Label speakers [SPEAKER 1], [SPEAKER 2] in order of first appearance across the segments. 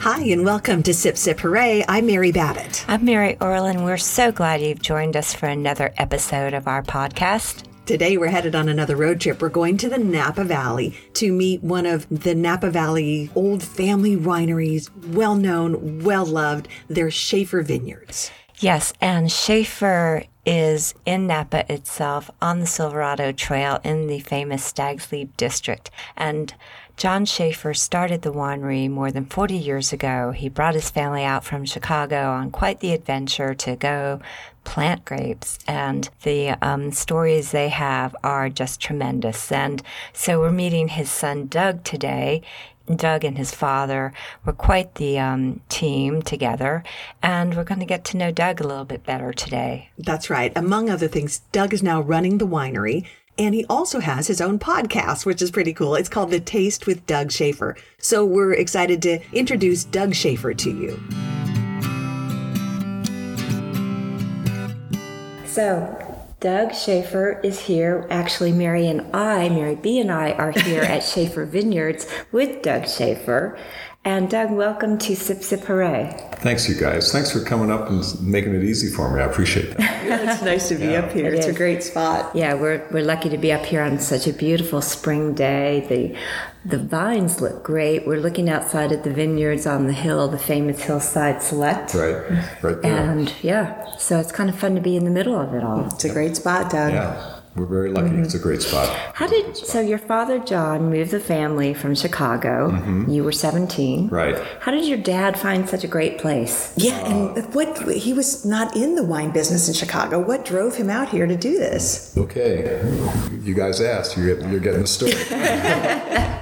[SPEAKER 1] Hi, and welcome to Sip Sip Hooray. I'm Mary Babbitt.
[SPEAKER 2] I'm Mary Orlin. We're so glad you've joined us for another episode of our podcast.
[SPEAKER 1] Today we're headed on another road trip. We're going to the Napa Valley to meet one of the Napa Valley old family wineries, well known, well loved. They're Schaefer Vineyards.
[SPEAKER 2] Yes, and Schaefer is in Napa itself on the Silverado Trail in the famous Stag's Leap District. And John Schaefer started the winery more than 40 years ago. He brought his family out from Chicago on quite the adventure to go plant grapes. And the um, stories they have are just tremendous. And so we're meeting his son Doug today. Doug and his father were quite the um, team together, and we're going to get to know Doug a little bit better today.
[SPEAKER 1] That's right. Among other things, Doug is now running the winery. And he also has his own podcast, which is pretty cool. It's called The Taste with Doug Schaefer. So we're excited to introduce Doug Schaefer to you.
[SPEAKER 2] So, Doug Schaefer is here. Actually, Mary and I, Mary B and I, are here at Schaefer Vineyards with Doug Schaefer. And Doug, welcome to Sip Sip Hooray.
[SPEAKER 3] Thanks, you guys. Thanks for coming up and making it easy for me. I appreciate that.
[SPEAKER 1] It's nice to be up here.
[SPEAKER 2] It It's a is.
[SPEAKER 1] great spot.
[SPEAKER 2] Yeah, we're, we're lucky to be up here on such a beautiful spring day. The, the vines look great. We're looking outside at the vineyards on the hill, the famous Hillside Select.
[SPEAKER 3] Right, right there.
[SPEAKER 2] And yeah, so it's kind of fun to be in the middle of it all.
[SPEAKER 4] It's a great spot,
[SPEAKER 1] uh,
[SPEAKER 4] Doug.
[SPEAKER 3] yeah, we're very lucky. It's a great spot.
[SPEAKER 2] How did so your father John moved the family from Chicago? You were 17.
[SPEAKER 3] Mm-hmm. Right.
[SPEAKER 2] How did your dad find such a great place?
[SPEAKER 4] Yeah,
[SPEAKER 3] Uh,
[SPEAKER 4] and what he was not in the wine business in Chicago. What drove him out here to do this?
[SPEAKER 3] Okay, you guys asked. You're, you're getting the story.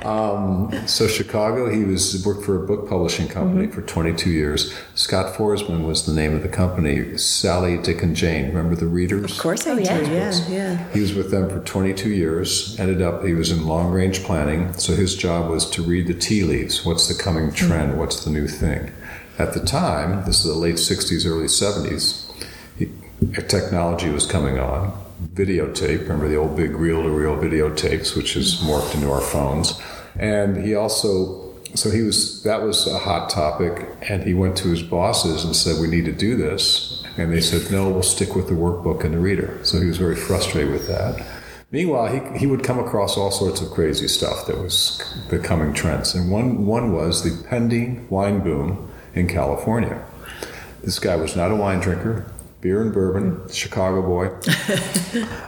[SPEAKER 3] um, so Chicago, he was worked for a book publishing company for 22 years. Scott Forsman was the name of the company. Sally, Dick, and Jane. Remember the readers?
[SPEAKER 4] Of
[SPEAKER 5] Oh,
[SPEAKER 4] course, I do. Yeah, yeah.
[SPEAKER 3] He was with them for 22 years. Ended up, he was in long range planning. So his job was to read the tea leaves. What's the coming trend? What's the new thing? At the time, this is the late 60s, early 70s, he- technology was coming on. Videotape, remember the old big reel to reel videotapes, which has morphed into our phones. And he also, so he was, that was a hot topic. And he went to his bosses and said, We need to do this. And they said, No, we'll stick with the workbook and the reader. So he was very frustrated with that. Meanwhile, he, he would come across all sorts of crazy stuff that was the coming trends. And one, one was the pending wine boom in California. This guy was not a wine drinker, beer and bourbon, Chicago boy.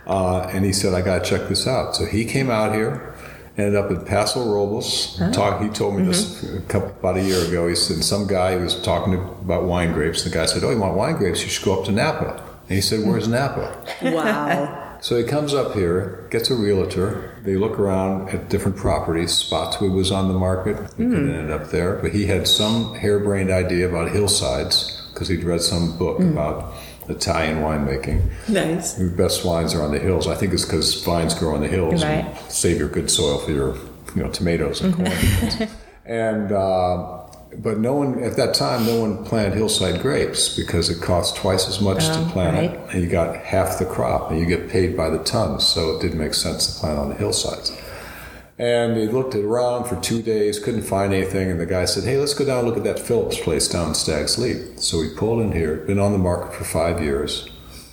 [SPEAKER 3] uh, and he said, I got to check this out. So he came out here, ended up in Paso Robles. Talk, he told me this a couple, about a year ago. He said, Some guy was talking about wine grapes. The guy said, Oh, you want wine grapes? You should go up to Napa. And he said, Where's Napa?
[SPEAKER 4] Wow.
[SPEAKER 3] So he comes up here, gets a realtor. They look around at different properties, Spotswood was on the market. We could have ended up there. But he had some harebrained idea about hillsides because he'd read some book about Italian winemaking.
[SPEAKER 4] nice.
[SPEAKER 3] The best wines are on the hills. I think it's because vines grow on the hills. and
[SPEAKER 2] Right.
[SPEAKER 3] Save your good soil for your, you know, tomatoes and corn. and uh, but no one at that time, no one planted hillside grapes because it costs twice as much
[SPEAKER 2] Oh,
[SPEAKER 3] to plant,
[SPEAKER 2] right.
[SPEAKER 3] it, and you got half the crop, and you get paid by the tons. So it didn't make sense to plant on the hillsides. And they looked around for two days, couldn't find anything, and the guy said, Hey, let's go down and look at that Phillips place down in Stag's Leap. So we pulled in here, been on the market for five years.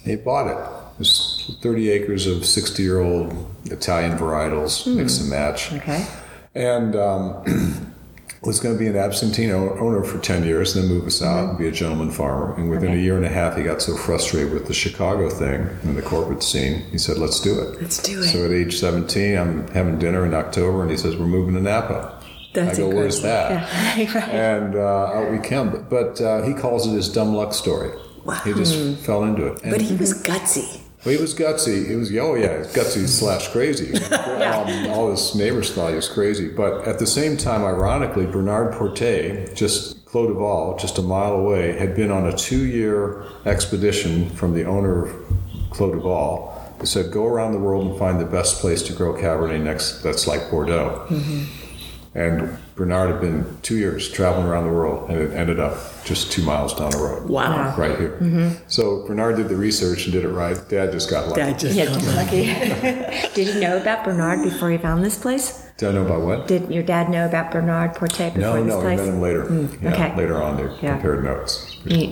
[SPEAKER 3] They bought it. It was 30 acres of 60 year old Italian varietals, mix and match.
[SPEAKER 2] Okay.
[SPEAKER 3] And um, was going to be an absentee o- owner for 10 years, and then move us out and be a gentleman farmer. And within a year and a half, he got so frustrated with the Chicago thing and the corporate scene, he said, Let's do it.
[SPEAKER 4] Let's do it.
[SPEAKER 3] So at age 17, I'm having dinner in October, and he says, We're moving to Napa.
[SPEAKER 4] That's
[SPEAKER 3] I go,
[SPEAKER 4] incredible.
[SPEAKER 3] Where's that? And uh, out we come. But uh, he calls it his dumb luck story.
[SPEAKER 4] Wow. Hmm.
[SPEAKER 3] He just fell into it. And
[SPEAKER 4] But he was
[SPEAKER 3] Mm-hmm.
[SPEAKER 4] gutsy.
[SPEAKER 3] well, he was gutsy. He was, oh yeah, gutsy slash crazy. um, all his neighbors thought he was crazy. But at the same time, ironically, Bernard Porte, just Clodoval, just a mile away, had been on a two-year expedition from the owner of Clodoval. They said, go around the world and find the best place to grow Cabernet next that's like Bordeaux. And Bernard had been two years traveling around the world, and it ended up just two miles down the road.
[SPEAKER 4] Wow.
[SPEAKER 3] Right here. So Bernard did the research and did it right. Dad just got lucky.
[SPEAKER 4] Dad just
[SPEAKER 2] Yeah, lucky. Did you know about Bernard before he found this place?
[SPEAKER 3] Did I know about what?
[SPEAKER 2] Did your dad know about Bernard Portet before
[SPEAKER 3] No,
[SPEAKER 2] this
[SPEAKER 3] no, we
[SPEAKER 2] place? Mm,
[SPEAKER 3] met him later. yeah,
[SPEAKER 2] okay.
[SPEAKER 3] later on, they
[SPEAKER 2] Yeah.
[SPEAKER 3] compared notes.
[SPEAKER 2] Yeah.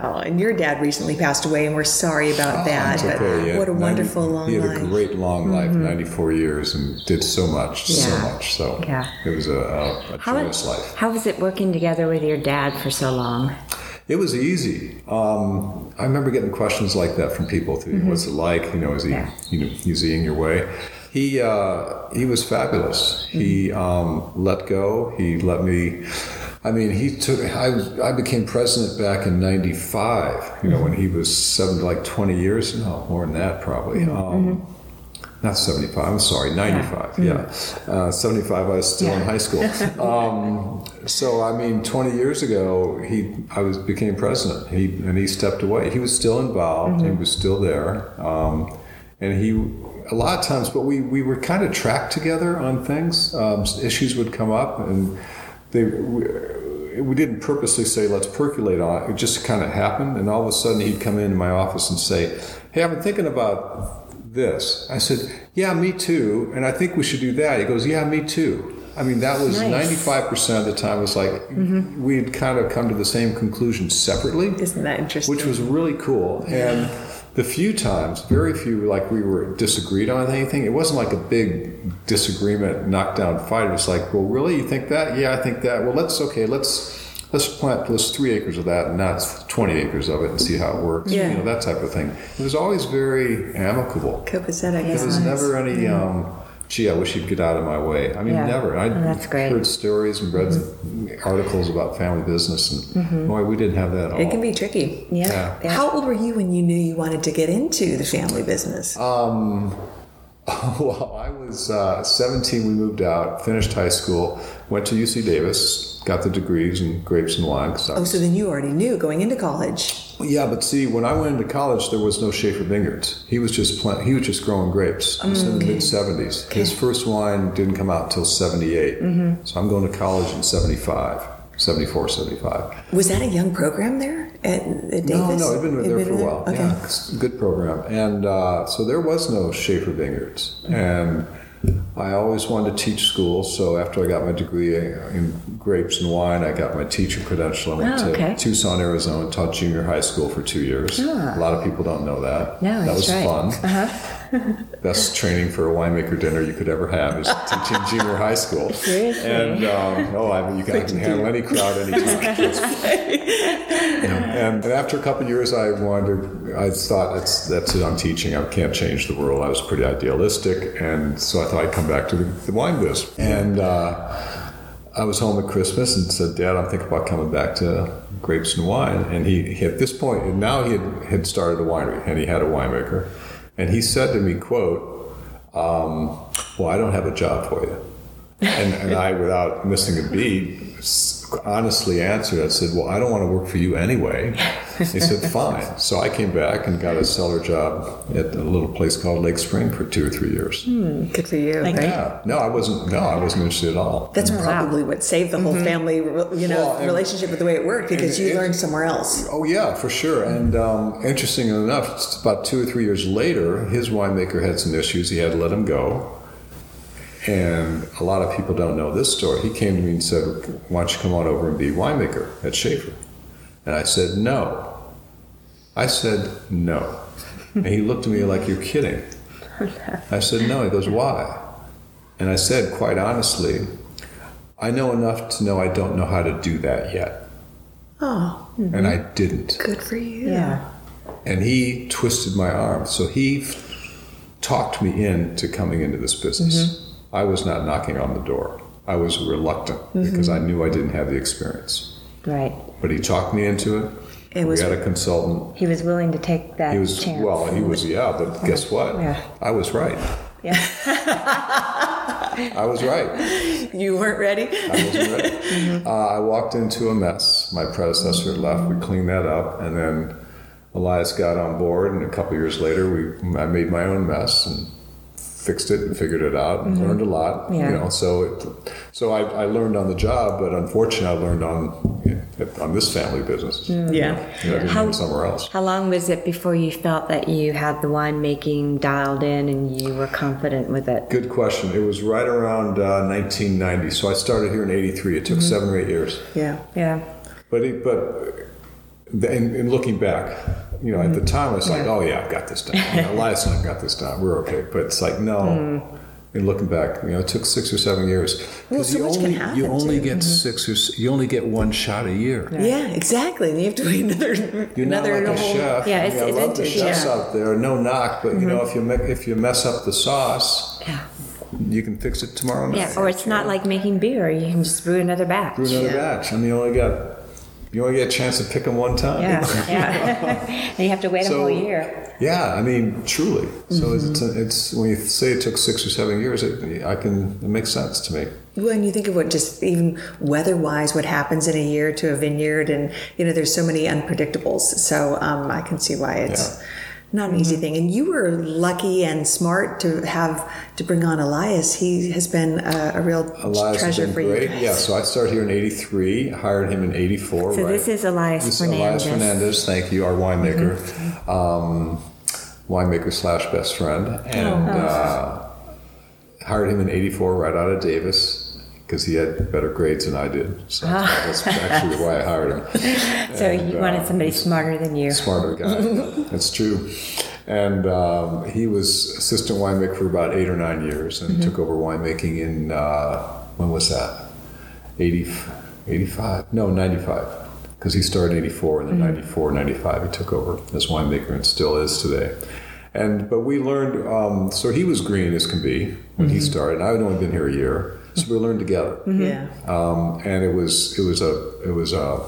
[SPEAKER 5] Wow. Oh, And your dad recently passed away, and we're sorry about that.
[SPEAKER 3] It's okay,
[SPEAKER 5] but
[SPEAKER 3] yeah.
[SPEAKER 5] what a
[SPEAKER 3] 90
[SPEAKER 5] wonderful long
[SPEAKER 3] He had
[SPEAKER 5] life.
[SPEAKER 3] a great long life, 94 years, and did so much, so
[SPEAKER 2] Mm-hmm. Yeah.
[SPEAKER 3] much. So
[SPEAKER 2] Yeah.
[SPEAKER 3] it was a, a, a
[SPEAKER 2] How, it-
[SPEAKER 3] joyous life.
[SPEAKER 2] how was it working together with your dad for so long?
[SPEAKER 3] It was easy. Um, I remember getting questions like that from people. Too. What's it like? You know, is he you know is he in your way? He uh, he was fabulous. He um, let go. He let me. I mean, he took. I was- I became president back in '95. You know, when he was seven, like 20 years. No, more than that probably. Um, Not 75, I'm sorry, 95, yeah. Uh, 75, I was still in high school. Um, so I mean, 20 years ago, he I was became president. He and he stepped away. He was still involved. He was still there. Um, and he a lot of times, but we we were kind of tracked together on things. Um, issues would come up, and they we, we didn't purposely say let's percolate on it. It just kind of happened, and all of a sudden he'd come into my office and say, "Hey, I've been thinking about." This. I said, yeah, me too. And I think we should do that. He goes, yeah, me too. I mean, that was
[SPEAKER 2] Nice.
[SPEAKER 3] 95 Five percent of the time was like we'd kind of come to the same conclusion separately,
[SPEAKER 5] Isn't that interesting?
[SPEAKER 3] which was really cool. And the few times, very few, like we were disagreed on anything. It wasn't like a big disagreement, knockdown fight. It was like, well, really, you think that? Yeah, I think that. Well, let's okay, let's let's plant let's three acres of that and not twenty acres of it and see how it works.
[SPEAKER 5] Yeah.
[SPEAKER 3] you know that type of thing. It was always very amicable.
[SPEAKER 5] copacetic.
[SPEAKER 3] There was never any, um, gee, I wish you'd get out of my way. I mean,
[SPEAKER 2] Yeah.
[SPEAKER 3] never. I
[SPEAKER 2] Oh, that's great.
[SPEAKER 3] heard stories and read articles about family business, and boy, we didn't have that at all.
[SPEAKER 5] It can be tricky.
[SPEAKER 3] Yeah.
[SPEAKER 5] How old were you when you knew you wanted to get into the family business?
[SPEAKER 3] Uh, well, I was uh, 17. We moved out, finished high school, went to UC Davis, got the degrees in grapes and wine. 'cause I
[SPEAKER 5] oh,
[SPEAKER 3] was-
[SPEAKER 5] so then you already knew going into college.
[SPEAKER 3] Yeah, but see, when I went into college, there was no Schaefer Vineyards. He was just plant, he was just growing grapes. It was
[SPEAKER 5] Mm,
[SPEAKER 3] in the mid seventies. His first wine didn't come out till seventy
[SPEAKER 5] Mm-hmm.
[SPEAKER 3] So I'm going to college in 75, 74, 75.
[SPEAKER 5] Was that a young program there at, at
[SPEAKER 3] No,
[SPEAKER 5] Davis?
[SPEAKER 3] no, I've been
[SPEAKER 5] It'd
[SPEAKER 3] there for a while.
[SPEAKER 5] Okay.
[SPEAKER 3] Yeah, it's a good program. And uh, so there was no Schaefer Vineyards. And I always wanted to teach school. So after I got my degree in grapes and wine, I got my teacher credential. I went
[SPEAKER 2] Oh, okay.
[SPEAKER 3] to Tucson, Arizona, and taught junior high school for two years. A lot of people don't know that.
[SPEAKER 2] No,
[SPEAKER 3] that
[SPEAKER 2] that's
[SPEAKER 3] was
[SPEAKER 2] right. Uh-huh.
[SPEAKER 3] fun. Best training for a winemaker dinner you could ever have is teaching junior high school.
[SPEAKER 2] Seriously?
[SPEAKER 3] And um, oh, I mean, you can, I can handle any crowd anytime. And, and after a couple of years, I wandered. I thought that's that's it. I'm teaching. I can't change the world. I was pretty idealistic, and so I thought I'd come back to the, the wine business. And uh, I was home at Christmas and said, "Dad, I'm thinking about coming back to grapes and wine." And he, he at this point, and now he had, had started a winery and he had a winemaker, and he said to me, "quote um, Well, I don't have a job for you." and, and I, without missing a beat, s- honestly answered. I said, "Well, I don't want to work for you anyway." He said, "Fine." So I came back and got a cellar job at a little place called Lake Spring for two or three years.
[SPEAKER 5] Good for you.
[SPEAKER 3] Yeah, no, I wasn't. No, I wasn't interested at all.
[SPEAKER 5] That's probably what saved the whole family, you know,
[SPEAKER 3] Mm-hmm. Well, and-
[SPEAKER 5] relationship with the way it worked because
[SPEAKER 3] and
[SPEAKER 5] you
[SPEAKER 3] it-
[SPEAKER 5] learned somewhere else.
[SPEAKER 3] Oh yeah, for sure. And um, interesting enough, it's about two or three years later, his winemaker had some issues. He had to let him go. And a lot of people don't know this story. He came to me and said, "Why don't you come on over and be winemaker at Schaefer?" And I said, "No." I said, "No." and he looked at me like, "You're kidding." I said, "No." He goes, "Why?" And I said, quite honestly, "I know enough to know I don't know how to do that yet."
[SPEAKER 5] Oh,
[SPEAKER 3] And I didn't
[SPEAKER 5] good for you.
[SPEAKER 2] Yeah.
[SPEAKER 3] and he twisted my arm. So he f- talked me into coming into this business.
[SPEAKER 5] Mm-hmm.
[SPEAKER 3] I was not knocking on the door. I was reluctant because
[SPEAKER 5] Mm-hmm.
[SPEAKER 3] I knew I didn't have the experience.
[SPEAKER 2] Right.
[SPEAKER 3] But he talked me into it.
[SPEAKER 5] It was-
[SPEAKER 3] we had a consultant.
[SPEAKER 2] He was willing to take that
[SPEAKER 3] He was
[SPEAKER 2] chance.
[SPEAKER 3] well. He was yeah. But guess what?
[SPEAKER 2] Yeah.
[SPEAKER 3] I was right.
[SPEAKER 2] Yeah.
[SPEAKER 3] I was right.
[SPEAKER 5] You weren't ready?
[SPEAKER 3] I wasn't ready. Uh, I walked into a mess. My predecessor had left. We cleaned that up, and then Elias got on board. And a couple years later, we I made my own mess and fixed it and figured it out and learned a lot.
[SPEAKER 2] Mm-hmm. Yeah.
[SPEAKER 3] You know, so it, so I, I learned on the job, but unfortunately, I learned on on this family business.
[SPEAKER 5] Yeah.
[SPEAKER 3] You know, I could
[SPEAKER 2] Mm. How-
[SPEAKER 3] be somewhere else.
[SPEAKER 2] How long was it before you felt that you had the winemaking dialed in and you were confident with it?
[SPEAKER 3] Good question. It was right around uh, 1990. So I started here in 83. It took seven or eight years.
[SPEAKER 5] Yeah.
[SPEAKER 2] Yeah.
[SPEAKER 3] But it, but in, in looking back, you know, at the time, I was like, oh yeah, I've got this down. You know, Elias and I've got this down. We're okay. But it's like, no. And looking back, you know, it took six or seven years. 'Cause
[SPEAKER 5] Well, so
[SPEAKER 3] you
[SPEAKER 5] much can
[SPEAKER 3] only,
[SPEAKER 5] happen
[SPEAKER 3] You
[SPEAKER 5] to
[SPEAKER 3] only
[SPEAKER 5] you.
[SPEAKER 3] get six or s- you only get one shot a year.
[SPEAKER 5] Yeah, exactly. And you have to wait another
[SPEAKER 3] You're not
[SPEAKER 5] another
[SPEAKER 3] like a
[SPEAKER 5] whole
[SPEAKER 3] chef.
[SPEAKER 2] Yeah,
[SPEAKER 3] I
[SPEAKER 2] it's-
[SPEAKER 3] mean, I
[SPEAKER 2] it's
[SPEAKER 3] love the
[SPEAKER 2] interesting.
[SPEAKER 3] chefs
[SPEAKER 2] Yeah.
[SPEAKER 3] out there. No knock, but you know, if you make, if you mess up the sauce,
[SPEAKER 2] Yeah.
[SPEAKER 3] you can fix it tomorrow night.
[SPEAKER 2] Yeah, or it's not like making beer. You can just brew another batch.
[SPEAKER 3] brew another batch, and you only got you only get a chance to pick them one time.
[SPEAKER 2] Yeah, yeah. and you have to wait a
[SPEAKER 3] So-
[SPEAKER 2] whole year.
[SPEAKER 3] Yeah, I mean, truly. So it's, it's when you say it took six or seven years, it, I can it makes sense to me.
[SPEAKER 5] Well, and you think of what just even weather wise, what happens in a year to a vineyard, and you know, there's so many unpredictables. So um, I can see why it's
[SPEAKER 3] Yeah. Mm-hmm.
[SPEAKER 5] not an easy thing. And you were lucky and smart to have to bring on Elias. He has been a, a real
[SPEAKER 3] Elias has
[SPEAKER 5] treasure
[SPEAKER 3] been
[SPEAKER 5] for you.
[SPEAKER 3] great.
[SPEAKER 5] guys.
[SPEAKER 3] Yeah, so I started here in '83, hired him in '84.
[SPEAKER 2] So
[SPEAKER 3] right?
[SPEAKER 2] this is Elias
[SPEAKER 3] This is
[SPEAKER 2] Fernandez.
[SPEAKER 3] Elias Fernandez, thank you, our winemaker, um, winemaker slash best friend, and uh, hired him in '84 right out of Davis. Because he had better grades than I did, so that's actually why I hired him.
[SPEAKER 2] So
[SPEAKER 3] And,
[SPEAKER 2] you
[SPEAKER 3] uh,
[SPEAKER 2] wanted somebody smarter than you.
[SPEAKER 3] smarter guy. That's true. And um, he was assistant winemaker for about eight or nine years and took over winemaking in, uh, when was that? 80, 85? No, 95. Because he started in 84 and then 94, 95, he took over as winemaker and still is today. And but we learned, um, so he was green as can be when he started. I had only been here a year, so we learned together
[SPEAKER 5] Yeah.
[SPEAKER 3] um, and it was it was a it was a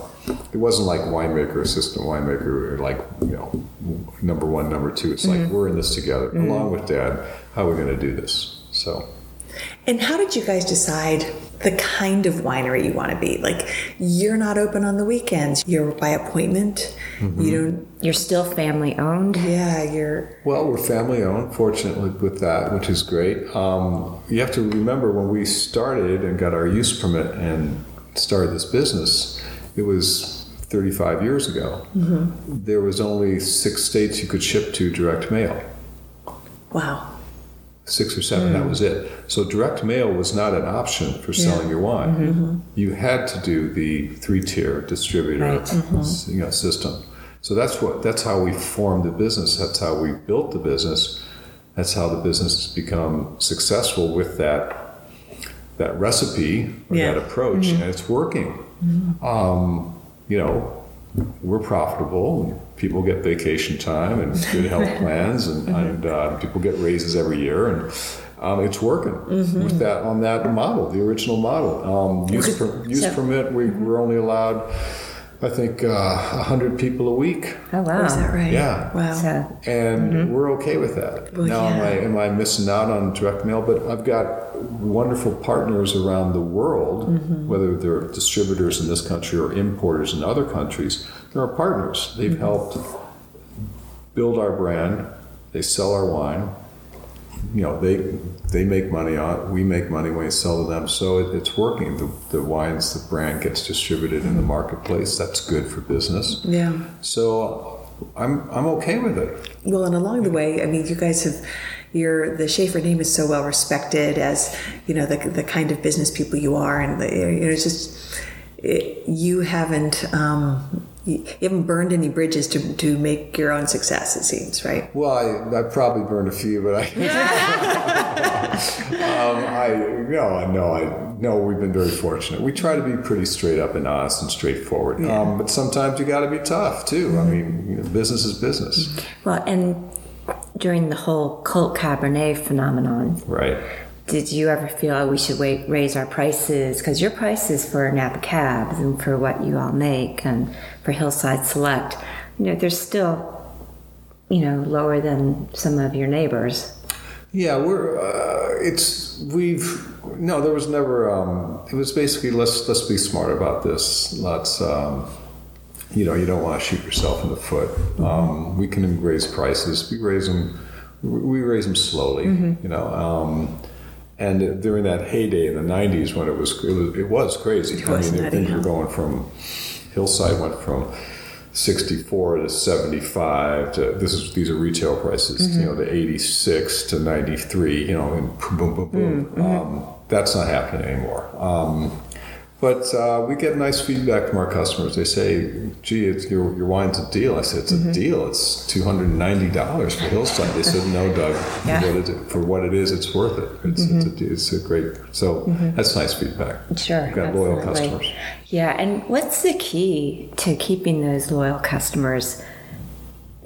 [SPEAKER 3] it wasn't like winemaker assistant winemaker or like you know number one number two it's like we're in this together along with dad how are we going to do this so
[SPEAKER 5] And how did you guys decide the kind of winery you want to be? Like, you're not open on the weekends. You're by appointment. You
[SPEAKER 3] Mm-hmm.
[SPEAKER 5] don't.
[SPEAKER 2] You're still family owned.
[SPEAKER 5] Yeah, you're.
[SPEAKER 3] Well, we're family owned, fortunately, with that, which is great. Um, you have to remember when we started and got our use permit and started this business, it was 35 years ago. There was only six states you could ship to direct mail.
[SPEAKER 5] Wow.
[SPEAKER 3] Six or seven, that was it. So direct mail was not an option for selling your wine. You had to do the three-tier distributor, s- you know, system. So that's what that's how we formed the business. That's how we built the business. That's how the business has become successful with that that recipe or
[SPEAKER 5] Yeah.
[SPEAKER 3] that approach, and it's working. Um, you know, we're profitable. and People get vacation time and good health plans, and,
[SPEAKER 5] Mm-hmm.
[SPEAKER 3] and uh, people get raises every year, and um, it's working
[SPEAKER 5] Mm-hmm.
[SPEAKER 3] with that on that model, the original model. Um, use per, use permit. We
[SPEAKER 5] Mm-hmm.
[SPEAKER 3] were only allowed, I think, uh, hundred people a week,
[SPEAKER 2] Oh wow.
[SPEAKER 5] Is that right?
[SPEAKER 3] Yeah.
[SPEAKER 5] Wow.
[SPEAKER 2] So
[SPEAKER 3] and we're okay with that. now, am I am I missing out on direct mail? But I've got wonderful partners around the world, whether they're distributors in this country or importers in other countries. They're our partners. They've helped build our brand. They sell our wine. You know, they they make money on it. We make money when we sell to them. So it, it's working. The, the wines, the brand gets distributed in the marketplace. That's good for business.
[SPEAKER 5] Yeah.
[SPEAKER 3] So I'm I'm okay with it.
[SPEAKER 5] Well, and along the way, I mean, you guys have your the Schaefer name is so well respected as you know the the kind of business people you are, and the, you know, it's just it, you haven't um, you haven't burned any bridges to to make your own success. It seems right.
[SPEAKER 3] Well, I, I probably burned a few, but I, um, I no, I know, I no. We've been very fortunate. We try to be pretty straight up and honest and straightforward. Um, but sometimes you got to be tough too. I mean, you know, business is business,
[SPEAKER 2] well, and during the whole cult Cabernet phenomenon,
[SPEAKER 3] right?
[SPEAKER 2] did you ever feel oh, we should wait, raise our prices because your prices for Napa cabs and for what you all make and for Hillside Select, you know, they're still, you know, lower than some of your neighbors.
[SPEAKER 3] Yeah, we're uh, it's we've no. There was never. Um, it was basically let's let's be smart about this. Let's. Um, you know, you don't want to shoot yourself in the foot. Um, we can raise prices. We raise them. We raise them slowly. You know. Um, and during that heyday in the '90s, when it was it was, it was crazy. I mean,
[SPEAKER 5] was nutty,
[SPEAKER 3] things were
[SPEAKER 5] huh?
[SPEAKER 3] going from Hillside went from 64 to 75 to this is these are retail prices you know to 86 to 93 you know and boom boom boom um, that's not happening anymore um, but uh, we get nice feedback from our customers they say gee it's, your, your wine's a deal i said it's
[SPEAKER 5] Mm-hmm.
[SPEAKER 3] a deal it's $290 for hillside they said no doug
[SPEAKER 5] Yeah. Mm-hmm.
[SPEAKER 3] for, what it, for what it is it's worth it it's, it's, a, it's a great so that's nice feedback
[SPEAKER 2] Sure.
[SPEAKER 3] we've got loyal
[SPEAKER 2] absolutely.
[SPEAKER 3] customers
[SPEAKER 2] Yeah, and what's the key to keeping those loyal customers?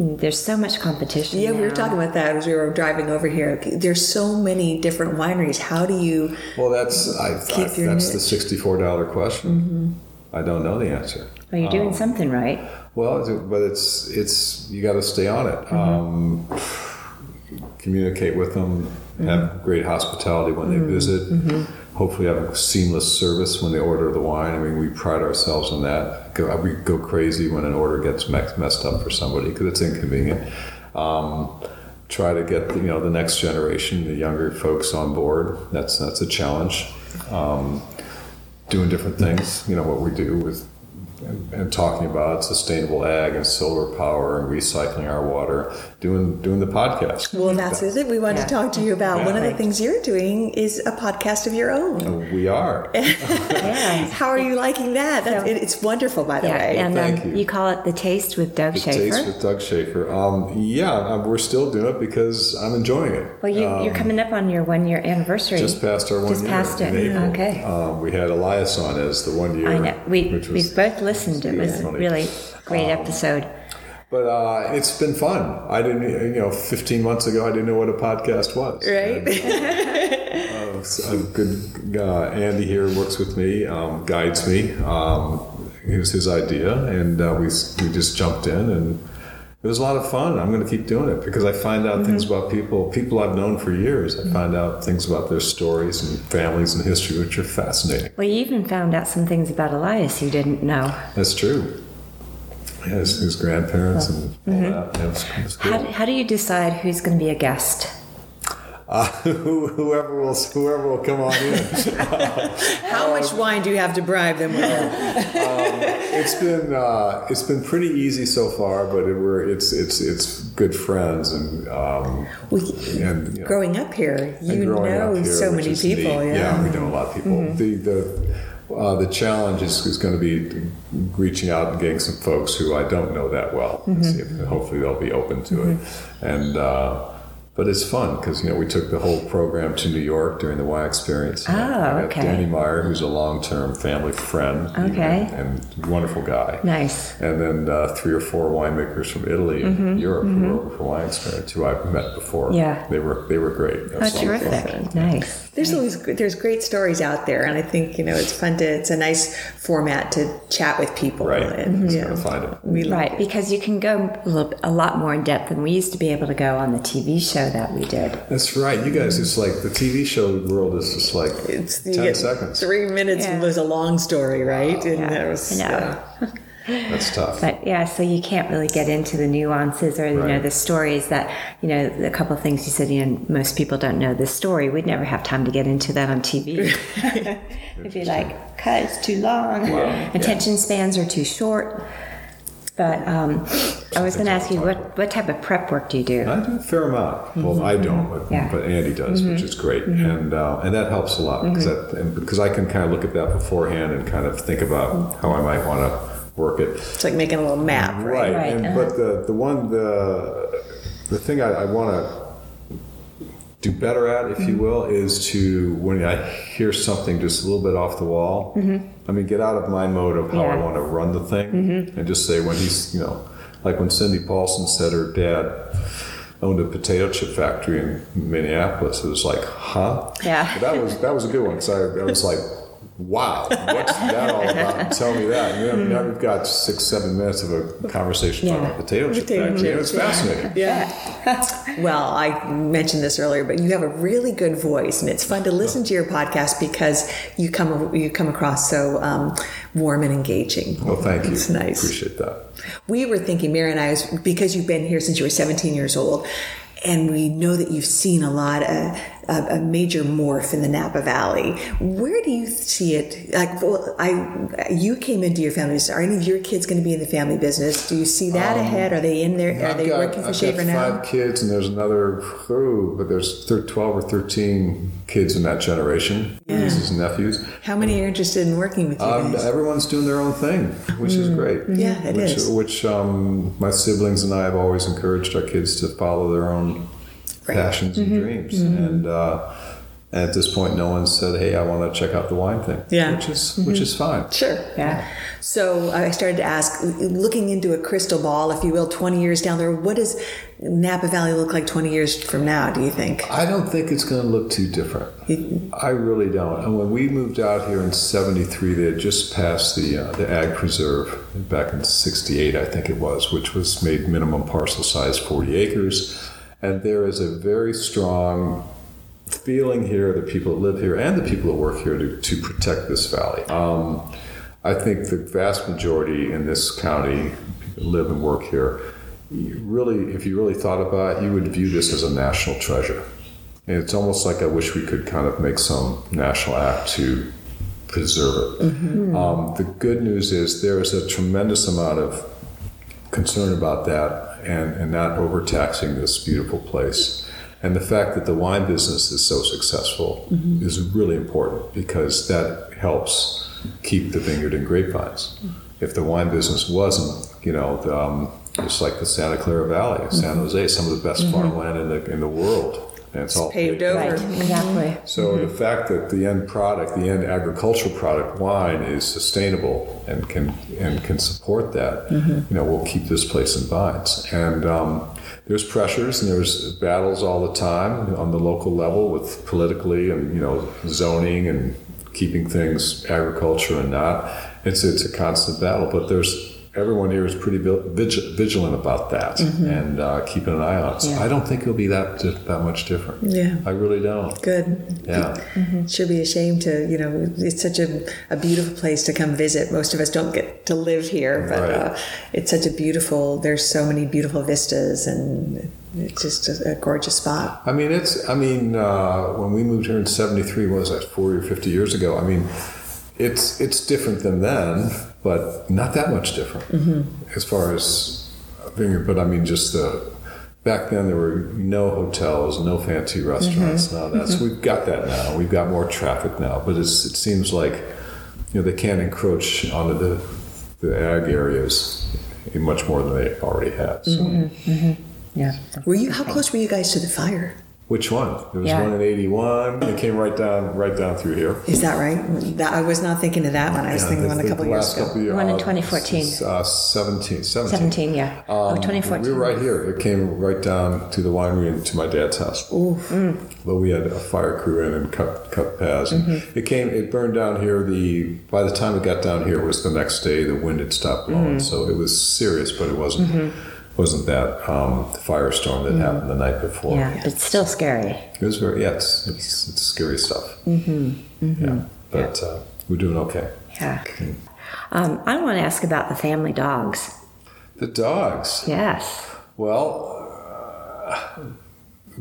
[SPEAKER 2] There's so much competition.
[SPEAKER 5] Yeah, we were
[SPEAKER 2] now.
[SPEAKER 5] talking about that as we were driving over here. There's so many different wineries. How do you?
[SPEAKER 3] Well, that's I, I,
[SPEAKER 5] Keep your Mm-hmm.
[SPEAKER 3] that's
[SPEAKER 5] niche.
[SPEAKER 3] the sixty-four dollar question. I don't know the answer.
[SPEAKER 2] Well, you're
[SPEAKER 3] Oh.
[SPEAKER 2] doing something right.
[SPEAKER 3] Well, it's- but it's it's you got to stay on it. Um, communicate with them. Have great hospitality when they visit. Hopefully, have a seamless service when they order the wine. I mean, we pride ourselves on that. Go, we go crazy when an order gets mex- messed up for somebody because it's inconvenient. Um, try to get you know the next generation, the younger folks on board. That's that's a challenge. Um, doing different things. You know what we do with and, and talking about sustainable ag and solar power and recycling our water. Doing doing the podcast.
[SPEAKER 5] Well, that's it. We wanted to talk to you about one of the things you're doing is a podcast of your own.
[SPEAKER 3] We are.
[SPEAKER 2] Yeah.
[SPEAKER 5] How are you liking that? That's, it, it's wonderful, by the
[SPEAKER 2] Yeah,
[SPEAKER 5] way.
[SPEAKER 2] and
[SPEAKER 3] Thank
[SPEAKER 2] um,
[SPEAKER 3] you.
[SPEAKER 2] you. call it the taste with Doug
[SPEAKER 3] The
[SPEAKER 2] Schaefer.
[SPEAKER 3] Taste with Doug Schaefer. Um, yeah, um, we're still doing it because I'm enjoying it.
[SPEAKER 2] well, you, you're coming up on your one year anniversary.
[SPEAKER 3] Um, Just past our one
[SPEAKER 2] Just
[SPEAKER 3] year.
[SPEAKER 2] past
[SPEAKER 3] in
[SPEAKER 2] it.
[SPEAKER 3] April.
[SPEAKER 2] Okay.
[SPEAKER 3] Um, we had Elias on as the one year.
[SPEAKER 2] I know. We
[SPEAKER 3] which
[SPEAKER 2] we
[SPEAKER 3] was-
[SPEAKER 2] both listened. It was
[SPEAKER 3] funny.
[SPEAKER 2] really great episode.
[SPEAKER 3] But uh, it's been fun. I didn't, you know, 15 months ago, I didn't know what a podcast was.
[SPEAKER 5] Right.
[SPEAKER 3] And, uh, so a good uh, Andy here works with me, um, guides me. Um, it was his idea, and uh, we s- we just jumped in, and it was a lot of fun. I'm going to keep doing it because I find out things about people, people I've known for years. I find out things about their stories and families and history, which are fascinating.
[SPEAKER 2] Well, you even found out some things about Elias you didn't know.
[SPEAKER 3] That's true. Yeah, his, his grandparents and all that. Yeah, it was- it was cool.
[SPEAKER 2] How, do- how do you decide who's going to be a guest?
[SPEAKER 3] Uh, who- whoever will whoever will come on in.
[SPEAKER 5] How much wine do you have to bribe them with?
[SPEAKER 3] It's been uh, it's been pretty easy so far, but it, we're it's it's it's good friends and um,
[SPEAKER 5] We-
[SPEAKER 3] and you know,
[SPEAKER 5] growing up here,
[SPEAKER 3] and
[SPEAKER 5] you
[SPEAKER 3] growing
[SPEAKER 5] know
[SPEAKER 3] up here,
[SPEAKER 5] so
[SPEAKER 3] which
[SPEAKER 5] many
[SPEAKER 3] is neat.
[SPEAKER 5] people. yeah. Mm-hmm.
[SPEAKER 3] we know a lot of people. The the uh, the challenge is, is going to be reaching out and getting some folks who I don't know that well.
[SPEAKER 5] Mm-hmm.
[SPEAKER 3] and see if- hopefully, they'll be open to it. And uh, but it's fun because you know we took the whole program to New York during the Y
[SPEAKER 5] Ah,
[SPEAKER 3] experience. and I
[SPEAKER 2] Oh,
[SPEAKER 3] got
[SPEAKER 2] okay.
[SPEAKER 3] Danny Meyer, who's a long-term family friend. you know,
[SPEAKER 2] Okay.
[SPEAKER 3] and, wonderful guy.
[SPEAKER 2] Nice.
[SPEAKER 3] And then uh, three or four winemakers from Italy and Europe who were over for Wine Experience, who I've met before.
[SPEAKER 2] Yeah.
[SPEAKER 3] They were they were great.
[SPEAKER 2] Oh,
[SPEAKER 3] Absolutely.
[SPEAKER 2] terrific. Nice.
[SPEAKER 5] There's always there's great stories out there, and I think you know it's fun to it's a nice format to chat with people.
[SPEAKER 3] Right.
[SPEAKER 5] And,
[SPEAKER 3] It's
[SPEAKER 5] yeah.
[SPEAKER 3] gonna find it.
[SPEAKER 5] We love
[SPEAKER 2] Right, because you can go a, little, a lot more in depth than we used to be able to go on the TV show that we did.
[SPEAKER 3] That's right. You guys, it's like the TV show world is just like
[SPEAKER 5] It's you
[SPEAKER 3] ten
[SPEAKER 5] get
[SPEAKER 3] seconds.
[SPEAKER 5] Three minutes
[SPEAKER 2] Yeah.
[SPEAKER 5] was a long story, right? And
[SPEAKER 2] Yeah,
[SPEAKER 5] that was
[SPEAKER 2] I know.
[SPEAKER 5] yeah.
[SPEAKER 3] That's tough.
[SPEAKER 2] But yeah, so you can't really get into the nuances or you know
[SPEAKER 3] Right.
[SPEAKER 2] the stories that you know the couple of things you said. You know, most people don't know this story. We'd never have time to get into that on TV. It'd be like, cut, it's too long.
[SPEAKER 3] Wow.
[SPEAKER 2] Attention spans are too short. But um, I was going to ask you, what what type of prep work do you do?
[SPEAKER 3] I do a fair amount. Well, I don't, but,
[SPEAKER 2] Yeah.
[SPEAKER 3] but Andy does, which is great, and uh, and that helps a lot because that and because I can kind of look at that beforehand and kind of think about how I might want to work it.
[SPEAKER 5] It's like making a little map, right?
[SPEAKER 3] right,
[SPEAKER 2] Right,
[SPEAKER 3] And,
[SPEAKER 2] uh-huh.
[SPEAKER 3] but the the one the the thing I, I want to do better at, if you will, is to when I hear something just a little bit off the wall.
[SPEAKER 5] Mm-hmm.
[SPEAKER 3] I mean, get out of my mode of how I
[SPEAKER 2] Yeah.
[SPEAKER 3] want to run the thing,
[SPEAKER 5] Mm-hmm.
[SPEAKER 3] and just say when he's you know, like when Cindy Paulson said her dad owned a potato chip factory in Minneapolis. It was like, huh?
[SPEAKER 2] Yeah.
[SPEAKER 3] But that was that was a good one because I, I was like. Wow, what's that all about? Tell me that. You know,
[SPEAKER 5] Mm-hmm.
[SPEAKER 3] Now we've got six, seven minutes of a conversation
[SPEAKER 2] Yeah.
[SPEAKER 3] about potato chip
[SPEAKER 5] Potato
[SPEAKER 3] factory. It
[SPEAKER 5] chips,
[SPEAKER 3] was
[SPEAKER 5] yeah.
[SPEAKER 3] fascinating.
[SPEAKER 5] Yeah. well, I mentioned this earlier, but you have a really good voice, and it's fun to listen to your podcast because you come you come across so um, warm and engaging.
[SPEAKER 3] Well, thank you.
[SPEAKER 5] It's nice.
[SPEAKER 3] Appreciate that.
[SPEAKER 5] We were thinking, Mary and I, was, because you've been here since you were 17 years old, and we know that you've seen a lot uh, of a, a major morph in the Napa Valley. Where do you see it? Like, well, I you came into your family business. Are any of your kids going to be in the family business? Do you see that ahead? Are they in there? Are
[SPEAKER 3] Um, I've
[SPEAKER 5] they
[SPEAKER 3] got,
[SPEAKER 5] working for
[SPEAKER 3] I've
[SPEAKER 5] Schaefer
[SPEAKER 3] got
[SPEAKER 5] now?
[SPEAKER 3] five kids, and there's another, oh, but there's thir- 12 or 13 kids in that generation, nieces and nephews.
[SPEAKER 5] How many are interested in working with you
[SPEAKER 3] Um,
[SPEAKER 5] guys?
[SPEAKER 3] everyone's doing their own thing, which is
[SPEAKER 5] Mm-hmm.
[SPEAKER 3] great.
[SPEAKER 5] Yeah, it
[SPEAKER 3] which,
[SPEAKER 5] is.
[SPEAKER 3] Which um, my siblings and I have always encouraged our kids to follow their own passions
[SPEAKER 5] Mm-hmm.
[SPEAKER 3] and dreams. And uh, at this point, no one said, "Hey, I want to check out the wine thing,"
[SPEAKER 5] Yeah. Mm-hmm.
[SPEAKER 3] which is which is fine.
[SPEAKER 5] Sure.
[SPEAKER 2] Yeah.
[SPEAKER 5] So I started to ask, looking into a crystal ball, if you will, 20 years down there, what does Napa Valley look like 20 years from now, do you think?
[SPEAKER 3] I don't think it's going to look too different. I really don't. And when we moved out here in '73, they had just passed the uh, the ag preserve back in '68, I think it was, which was made minimum parcel size 40 acres. And there is a very strong feeling here, the people that live here, and the people that work here to, to protect this valley. Um, I think the vast majority in this county live and work here. You really, if you really thought about it, you would view this as a national treasure. And it's almost like I wish we could kind of make some national act to preserve it.
[SPEAKER 5] Mm-hmm.
[SPEAKER 3] Um, the good news is there is a tremendous amount of concern about that and, and not overtaxing this beautiful place. And the fact that the wine business is so successful
[SPEAKER 5] Mm-hmm.
[SPEAKER 3] is really important because that helps keep the vineyard and grapevines.
[SPEAKER 5] Mm-hmm.
[SPEAKER 3] If the wine business wasn't, you know, the, um, just like the Santa Clara Valley,
[SPEAKER 5] Mm-hmm.
[SPEAKER 3] San Jose, some of the best farmland in the, in the world. And it's, all
[SPEAKER 5] paved over.
[SPEAKER 2] Right. Exactly.
[SPEAKER 3] so the fact that the end product, the end agricultural product, wine, is sustainable and can and can support that, you know, will keep this place in vines. And um, there's pressures and there's battles all the time on the local level with politically and you know zoning and keeping things agriculture and not. It's it's a constant battle, but there's everyone here is pretty vil- vigi- vigilant about that and uh, keeping an eye on. it. So I don't think it'll be that that much different.
[SPEAKER 5] Yeah.
[SPEAKER 3] I really don't.
[SPEAKER 5] Good.
[SPEAKER 3] Yeah.
[SPEAKER 5] Should be ashamed to, you know, it's such a, a beautiful place to come visit. Most of us don't get to live here, but uh,
[SPEAKER 3] Right.
[SPEAKER 5] it's such a beautiful, there's so many beautiful vistas and it's just a, a gorgeous spot.
[SPEAKER 3] I mean, it's, I mean, uh, when we moved here in 73, what was that, 40 or 50 years ago? I mean, it's, it's different than then, but not that much different as far as a vineyard. But I mean, just the, back then there were no hotels, no fancy restaurants, none of that. So we've got that now. We've got more traffic now, but it's, it seems like, you know, they can't encroach onto the, the ag areas much more than they already have. So.
[SPEAKER 2] Yeah.
[SPEAKER 5] Were you, how close were you guys to the fire?
[SPEAKER 3] Which one? There was
[SPEAKER 2] Yeah.
[SPEAKER 3] one in '81. It came right down, right down through here.
[SPEAKER 5] Is that right? That, I was not thinking of that one. I was
[SPEAKER 3] Yeah,
[SPEAKER 5] thinking
[SPEAKER 3] the-
[SPEAKER 5] one a
[SPEAKER 3] the
[SPEAKER 5] couple years
[SPEAKER 3] last
[SPEAKER 5] ago.
[SPEAKER 3] couple year-
[SPEAKER 2] One in
[SPEAKER 3] uh,
[SPEAKER 2] 2014.
[SPEAKER 3] s- Uh, 17, 17.
[SPEAKER 2] 17, yeah. oh,
[SPEAKER 3] Um,
[SPEAKER 2] 2014.
[SPEAKER 3] We were right here. It came right down to the winery and to my dad's house. But we had a fire crew in and cut cut paths. And
[SPEAKER 2] Mm-hmm.
[SPEAKER 3] It came. It burned down here. The by the time it got down here was the next day. The wind had stopped
[SPEAKER 2] Mm.
[SPEAKER 3] blowing, so it was serious, but it wasn't
[SPEAKER 2] Mm-hmm.
[SPEAKER 3] wasn't that um, firestorm that happened the night before.
[SPEAKER 2] Mm. Yeah, but it's still scary.
[SPEAKER 3] It was very, yeah, it's, it's, it's scary stuff. Mm-hmm. Yeah, but uh, we're doing okay.
[SPEAKER 2] Yeah. Um, I want to ask about the family dogs.
[SPEAKER 3] The dogs.
[SPEAKER 2] Yes.
[SPEAKER 3] Well, uh,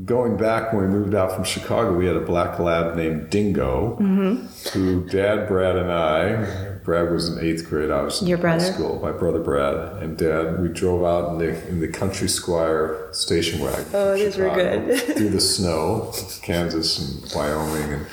[SPEAKER 3] going back when we moved out from Chicago, we had a black lab named Dingo,
[SPEAKER 2] Mm-hmm.
[SPEAKER 3] who Dad, Brad, and I, Brad was in eighth grade, I was in
[SPEAKER 2] Your brother?
[SPEAKER 3] high school, my brother Brad, and Dad, we drove out in the, in the Country Squire station wagon.
[SPEAKER 5] Oh,
[SPEAKER 3] from
[SPEAKER 5] these were
[SPEAKER 3] Chicago
[SPEAKER 5] good.
[SPEAKER 3] through the snow, Kansas and Wyoming, and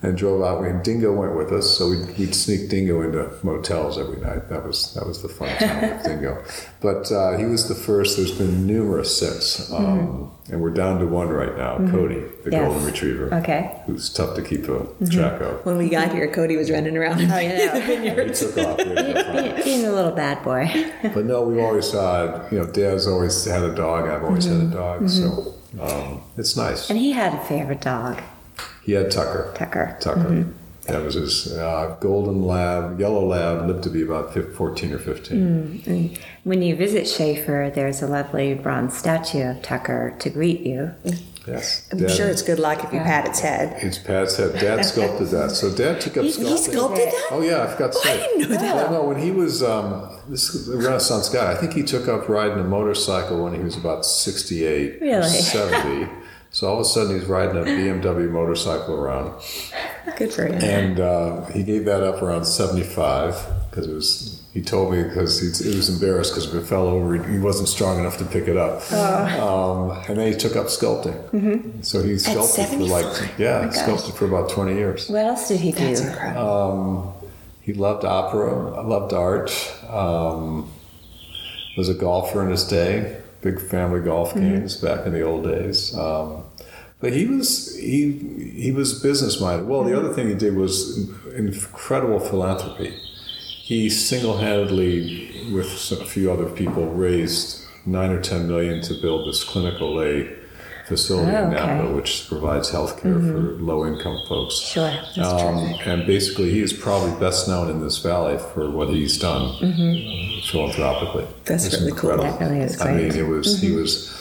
[SPEAKER 3] and drove out. And Dingo went with us, so we'd, we'd sneak Dingo into motels every night. That was that was the fun time with Dingo. But uh, he was the first. There's been numerous since, um, and we're down to one right now. Cody, the
[SPEAKER 2] Yes.
[SPEAKER 3] golden retriever,
[SPEAKER 2] Okay.
[SPEAKER 3] who's tough to keep a track of.
[SPEAKER 5] When we got here, Cody was running around. Oh,
[SPEAKER 3] He took off. We had no problem.
[SPEAKER 2] Be- Being a little bad boy.
[SPEAKER 3] But no, we've always had. You know, Dad's always had a dog. I've always
[SPEAKER 5] Mm-hmm.
[SPEAKER 3] had a dog. So. Um, it's nice.
[SPEAKER 2] And he had a favorite dog,
[SPEAKER 3] He had Tucker.
[SPEAKER 2] Tucker.
[SPEAKER 3] Tucker.
[SPEAKER 5] Mm-hmm.
[SPEAKER 3] That was his uh, golden lab, yellow lab, lived to be about fif- 14 or 15.
[SPEAKER 5] Mm.
[SPEAKER 2] And when you visit Schaefer, there's a lovely bronze statue of Tucker to greet you.
[SPEAKER 3] Yes.
[SPEAKER 5] I'm
[SPEAKER 3] Dad-
[SPEAKER 5] sure it's good luck if you pat its head.
[SPEAKER 3] It's Pat's head. Dad sculpted that. So Dad took up sculpting.
[SPEAKER 5] He sculpted that?
[SPEAKER 3] Oh, yeah, I forgot to say.
[SPEAKER 5] I didn't know that.
[SPEAKER 3] Yeah, no, when he was um, this is a Renaissance guy, I think he took up riding a motorcycle when he was about 68 or
[SPEAKER 2] Really?
[SPEAKER 3] 70. So all of a sudden, he's riding a BMW motorcycle around.
[SPEAKER 5] Good for him.
[SPEAKER 3] And uh, he gave that up around 75 because it was, he told me because he, he was embarrassed because if it fell over, he wasn't strong enough to pick it up.
[SPEAKER 5] Oh.
[SPEAKER 3] Um, and then he took up sculpting. So he sculpted for like, yeah,
[SPEAKER 5] 75? Mm-hmm. Oh my gosh.
[SPEAKER 3] sculpted for about 20 years.
[SPEAKER 2] What else did he do?
[SPEAKER 5] That's incredible.
[SPEAKER 3] He loved opera, loved art, um, was a golfer in his day, big family golf
[SPEAKER 2] Mm-hmm.
[SPEAKER 3] games back in the old days. Um, but he was he he was business minded. Well,
[SPEAKER 2] Mm-hmm.
[SPEAKER 3] the other thing he did was incredible philanthropy. He single handedly, with a few other people, raised nine or ten million to build this clinical lay facility
[SPEAKER 2] Oh,
[SPEAKER 3] in
[SPEAKER 2] okay. Mm-hmm.
[SPEAKER 3] Napa, which provides health care for low income folks.
[SPEAKER 2] Sure, that's
[SPEAKER 3] Um, and basically, he is probably best known in this valley for what he's done philanthropically.
[SPEAKER 5] That's really cool.
[SPEAKER 2] That really is
[SPEAKER 3] I
[SPEAKER 2] great.
[SPEAKER 3] mean, it was he was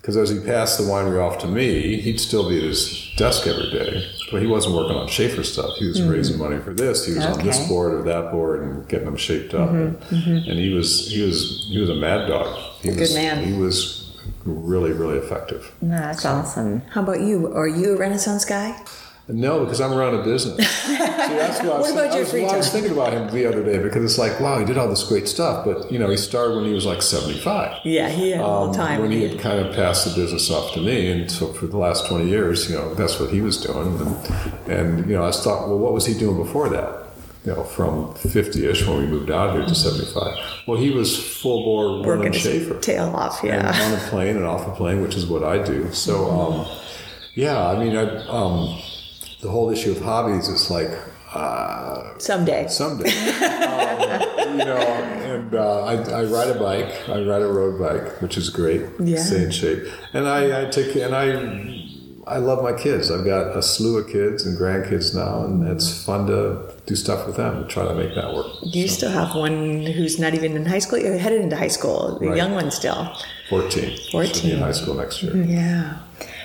[SPEAKER 3] because as he passed the winery off to me, he'd still be at his desk every day, but he wasn't working on Schaefer stuff. He was raising money for this. He was on this
[SPEAKER 2] Okay.
[SPEAKER 3] board or that board and getting them shaped up. And, and he was he was he was a mad dog. He was,
[SPEAKER 5] good man.
[SPEAKER 3] He was really really effective.
[SPEAKER 2] No, that's awesome.
[SPEAKER 5] How about you? Are you a Renaissance guy?
[SPEAKER 3] No, because I'm around a business. See, that's what I was,
[SPEAKER 5] What about
[SPEAKER 3] I
[SPEAKER 5] your
[SPEAKER 3] was-
[SPEAKER 5] free
[SPEAKER 3] well, I was
[SPEAKER 5] time?
[SPEAKER 3] thinking about him the other day because it's like, wow, he did all this great stuff, but you know, he started when he was like 75.
[SPEAKER 5] Yeah, he had all
[SPEAKER 3] Um, when he had kind of passed the business off to me, and so for the last 20 years, you know, that's what he was doing. And, and you know, I just thought, well, what was he doing before that? You know, from 50-ish when we moved out here to 75. Well, he was full bore Vernon
[SPEAKER 5] Working his
[SPEAKER 3] Schaefer
[SPEAKER 5] tail off. Yeah. Mm-hmm.
[SPEAKER 3] and on a plane and off a plane, which is what I do. So, um, yeah, I mean, I, um, the whole issue of hobbies is like uh,
[SPEAKER 5] Someday.
[SPEAKER 3] someday, um, you know. And uh, I, I ride a bike. I ride a road bike, which is great.
[SPEAKER 5] Yeah.
[SPEAKER 3] Stay in shape. And I, I take and I. I love my kids. I've got a slew of kids and grandkids now, and it's fun to do stuff with them and try to make that work.
[SPEAKER 5] You still have one who's not even in high school. You're headed into high school. The
[SPEAKER 3] Right.
[SPEAKER 5] young one still.
[SPEAKER 3] 14. She'll be
[SPEAKER 5] 14.
[SPEAKER 3] in high school next year.
[SPEAKER 5] Yeah.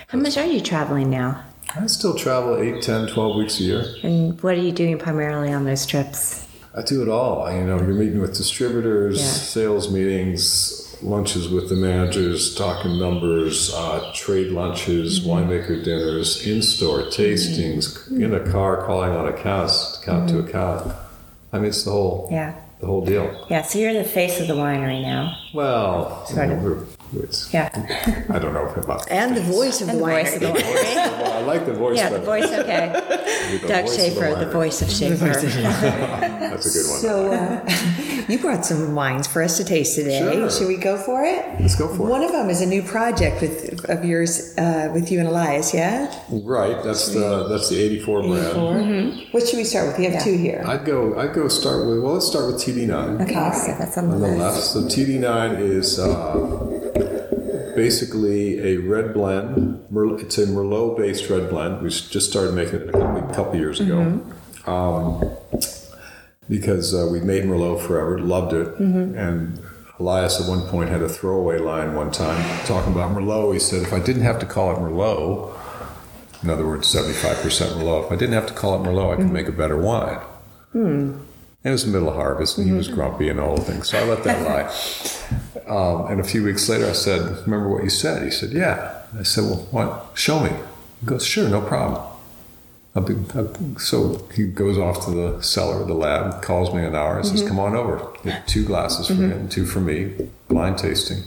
[SPEAKER 2] How much are you traveling now?
[SPEAKER 5] Mm-hmm.
[SPEAKER 3] I still travel 8, 10, 12 weeks a year.
[SPEAKER 2] And what are you doing primarily on those trips?
[SPEAKER 3] I do it all. You know, you're meeting with distributors,
[SPEAKER 2] Yeah.
[SPEAKER 3] sales meetings, lunches with the managers, talking numbers, uh, trade lunches,
[SPEAKER 2] Mm-hmm.
[SPEAKER 3] winemaker dinners, in-store tastings, in a car, calling on accounts, account to account. I mean, it's the whole
[SPEAKER 2] Mm-hmm. Yeah.
[SPEAKER 3] the whole deal.
[SPEAKER 2] Yeah, so you're the face of the winery now.
[SPEAKER 3] Well, you
[SPEAKER 2] Sort
[SPEAKER 3] know,
[SPEAKER 2] of.
[SPEAKER 3] we're- it's-
[SPEAKER 2] Yeah.
[SPEAKER 3] I don't know about
[SPEAKER 5] And the voice of
[SPEAKER 2] And
[SPEAKER 5] the
[SPEAKER 2] the voice
[SPEAKER 5] winery.
[SPEAKER 2] of the winery.
[SPEAKER 3] Well, I like the voice.
[SPEAKER 2] Yeah,
[SPEAKER 3] better.
[SPEAKER 2] the voice, okay.
[SPEAKER 3] The
[SPEAKER 2] Doug
[SPEAKER 3] voice of
[SPEAKER 2] Schaefer,
[SPEAKER 3] winery.
[SPEAKER 2] the voice of Schaefer.
[SPEAKER 3] That's a good one.
[SPEAKER 5] So, uh, you brought some wines for us to taste today.
[SPEAKER 3] Sure.
[SPEAKER 5] Should we go for it?
[SPEAKER 3] Let's go for it.
[SPEAKER 5] One of them is a new project with of yours uh, with you and Elias. Yeah.
[SPEAKER 3] right, that's the that's the '84 brand.
[SPEAKER 5] What should we start with? You have two here.
[SPEAKER 3] I'd go. I'd go start with. Well, let's start with TD9
[SPEAKER 2] Okay, so Oh, that's on the
[SPEAKER 3] on the
[SPEAKER 2] list.
[SPEAKER 3] left. So TD9 is uh, basically a red blend. Merl- It's a Merlot-based red blend. We s- just started making it a couple, couple years ago.
[SPEAKER 2] Mm-hmm.
[SPEAKER 3] Um, because uh, we made Merlot forever, loved it,
[SPEAKER 2] Mm-hmm.
[SPEAKER 3] and Elias at one point had a throwaway line one time talking about Merlot. He said, "If I didn't have to call it Merlot, in other words, seventy-five percent Merlot, if I didn't have to call it Merlot, I
[SPEAKER 2] Mm-hmm.
[SPEAKER 3] could make a better wine." And it was the middle of harvest, and he was grumpy and all the things. So I let that lie. Um, and a few weeks later, I said, "Remember what you said?" He said, "Yeah." I said, "Well, what? Show me." He goes, "Sure, no problem." I'll be, I'll- so he goes off to the cellar, the lab, calls me an hour, and says, "Come on over." Get two glasses for him, two for me, blind tasting.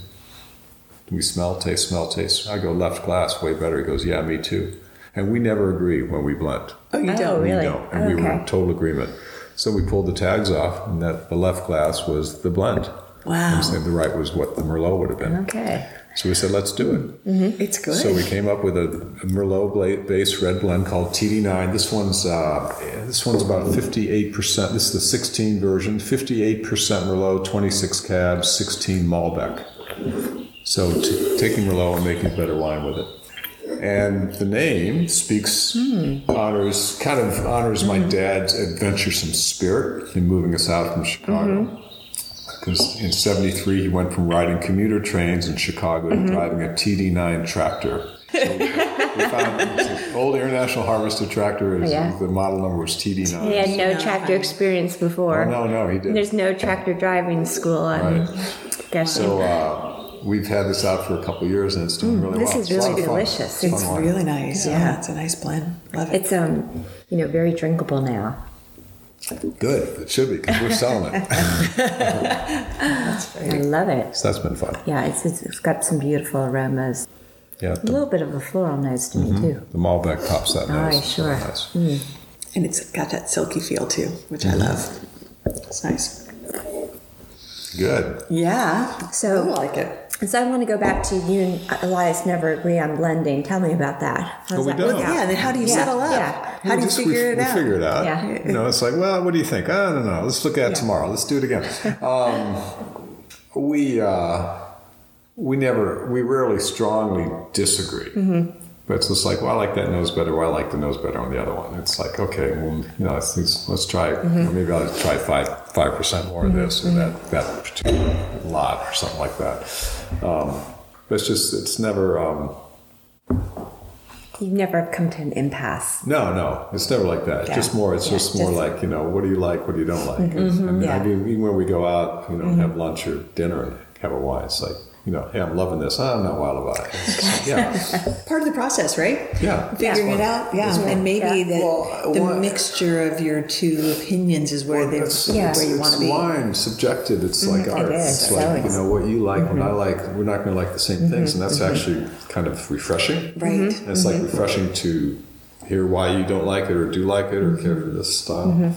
[SPEAKER 3] We smell, taste, smell, taste. I go left glass, way better. He goes, "Yeah, me too." And we never agree when we blend.
[SPEAKER 5] Oh, you
[SPEAKER 2] Oh,
[SPEAKER 5] don't.
[SPEAKER 2] really?
[SPEAKER 3] No, and we were in
[SPEAKER 2] Okay.
[SPEAKER 3] total agreement. So we pulled the tags off, and that the left glass was the blend.
[SPEAKER 5] Wow.
[SPEAKER 3] And the right was what the Merlot would have been.
[SPEAKER 2] Okay.
[SPEAKER 3] So we said, let's do it.
[SPEAKER 5] It's good.
[SPEAKER 3] So we came up with a Merlot bla- based red blend called TD9. This one's uh, this one's about 58%. This is the 16 version, 58% Merlot, 26 Cab, 16 Malbec. So t- taking Merlot and making better wine with it. And the name speaks, honors, kind of honors my dad's adventuresome spirit in moving us out from Chicago because in 73 he went from riding commuter trains in chicago
[SPEAKER 2] Mm-hmm.
[SPEAKER 3] to driving a td9 tractor so we found an old international harvester tractor is,
[SPEAKER 2] Yeah.
[SPEAKER 3] the model number was td9
[SPEAKER 2] He had no tractor experience before.
[SPEAKER 3] Oh, no no he didn't
[SPEAKER 2] There's no tractor driving school. I'm
[SPEAKER 3] Right.
[SPEAKER 2] guessing.
[SPEAKER 3] so uh, we've had this out for a couple of years and it's doing really
[SPEAKER 2] Mm, this
[SPEAKER 3] well.
[SPEAKER 2] is
[SPEAKER 3] a lot
[SPEAKER 2] really
[SPEAKER 3] of fun.
[SPEAKER 2] delicious.
[SPEAKER 3] a
[SPEAKER 5] It's
[SPEAKER 3] fun wine.
[SPEAKER 5] really nice. Yeah. it's a nice blend. Love it.
[SPEAKER 2] It's um, you know, very drinkable now.
[SPEAKER 3] Good. It should be because we're selling it.
[SPEAKER 2] I love it.
[SPEAKER 3] so that's been fun.
[SPEAKER 2] Yeah, it's, it's it's got some beautiful aromas.
[SPEAKER 3] Yeah.
[SPEAKER 2] A
[SPEAKER 3] The,
[SPEAKER 2] little bit of a floral nose to me too.
[SPEAKER 3] the Malbec pops that
[SPEAKER 2] Aye,
[SPEAKER 3] nose. It's really
[SPEAKER 2] sure.
[SPEAKER 3] nice.
[SPEAKER 5] And it's got that silky feel too, which
[SPEAKER 2] Mm-hmm.
[SPEAKER 5] I love. It's nice.
[SPEAKER 3] Good.
[SPEAKER 5] Yeah.
[SPEAKER 2] So-
[SPEAKER 5] I like it.
[SPEAKER 2] So I want to go back to you and Elias never agree on blending. Tell me about that. How's
[SPEAKER 3] Oh, we
[SPEAKER 2] that
[SPEAKER 3] don't.
[SPEAKER 2] work
[SPEAKER 5] Yeah.
[SPEAKER 2] out?
[SPEAKER 5] And then how do you
[SPEAKER 2] Yeah,
[SPEAKER 5] settle up?
[SPEAKER 2] yeah.
[SPEAKER 5] How do
[SPEAKER 3] We
[SPEAKER 5] you
[SPEAKER 3] just- we-
[SPEAKER 5] figure it
[SPEAKER 3] we
[SPEAKER 5] out?
[SPEAKER 3] figure it out.
[SPEAKER 2] Yeah.
[SPEAKER 3] You know, it's like, well, what do you think? I don't know. Let's look at it tomorrow. Let's do it again. Um, we uh, we never we rarely strongly disagree.
[SPEAKER 5] Mm-hmm.
[SPEAKER 3] But it's just like, well, I like that nose better. Well, I like the nose better on the other one. It's like, okay, well, you know, let's, let's, let's try.
[SPEAKER 5] Mm-hmm.
[SPEAKER 3] you know, maybe I'll try five five percent more of this or that that particular lot or something like that. Um, but it's just it's never. Um,
[SPEAKER 2] You've never come to an impasse.
[SPEAKER 3] No, no, it's never like that. It's
[SPEAKER 2] Yeah.
[SPEAKER 3] Just more, it's
[SPEAKER 2] Yeah,
[SPEAKER 3] just more
[SPEAKER 2] just-
[SPEAKER 3] like you know, what do you like, what do you don't like.
[SPEAKER 5] Mm-hmm.
[SPEAKER 3] I mean,
[SPEAKER 2] yeah.
[SPEAKER 3] I mean, even when we go out, you know, have lunch or dinner and have a wine, it's like you know, hey, I'm loving this. I'm not wild about it. It's just- yeah,
[SPEAKER 5] Part of the process, right?
[SPEAKER 3] yeah.
[SPEAKER 5] Figuring it out, yeah, and maybe that
[SPEAKER 3] Well,
[SPEAKER 5] the
[SPEAKER 3] why-
[SPEAKER 5] mixture of your two opinions is where they
[SPEAKER 3] It's,
[SPEAKER 5] where
[SPEAKER 3] it's,
[SPEAKER 5] you want to
[SPEAKER 3] it's
[SPEAKER 5] be. Mm-hmm.
[SPEAKER 3] wine subjective. It's like art.
[SPEAKER 2] is,
[SPEAKER 3] It's
[SPEAKER 2] so
[SPEAKER 3] like you
[SPEAKER 2] it's-
[SPEAKER 3] know what you like, what I like. We're not going to like the same things, and that's actually kind of refreshing.
[SPEAKER 5] Mm-hmm. Right. Mm-hmm.
[SPEAKER 3] And it's like refreshing to hear why you don't like it or do like it or
[SPEAKER 5] Mm-hmm.
[SPEAKER 3] care for this style.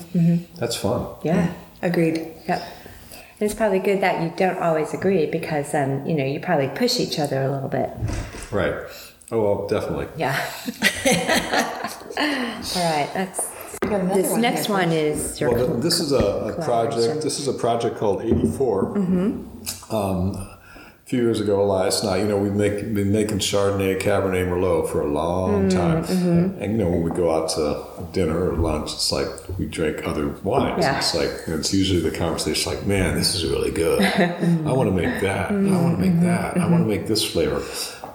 [SPEAKER 3] That's fun.
[SPEAKER 2] Yeah.
[SPEAKER 5] Agreed.
[SPEAKER 2] Mm. Yep. And it's probably good that you don't always agree because then, you know, you probably push each other a little bit.
[SPEAKER 3] Right. Oh well, definitely.
[SPEAKER 2] Yeah. All right. That's this next one is your
[SPEAKER 3] Well, th- this is a, a
[SPEAKER 2] Collaboration.
[SPEAKER 3] project. This is a project called '84. Um, a few years ago, Elias and I, you know, we've make, been making Chardonnay, Cabernet Merlot for a long time, and you know, when we go out to dinner or lunch, it's like we drink other wines.
[SPEAKER 2] Yeah.
[SPEAKER 3] It's like it's usually the conversation like, "Man, this is really good. I want to make that. I want to make that. I want to make this flavor."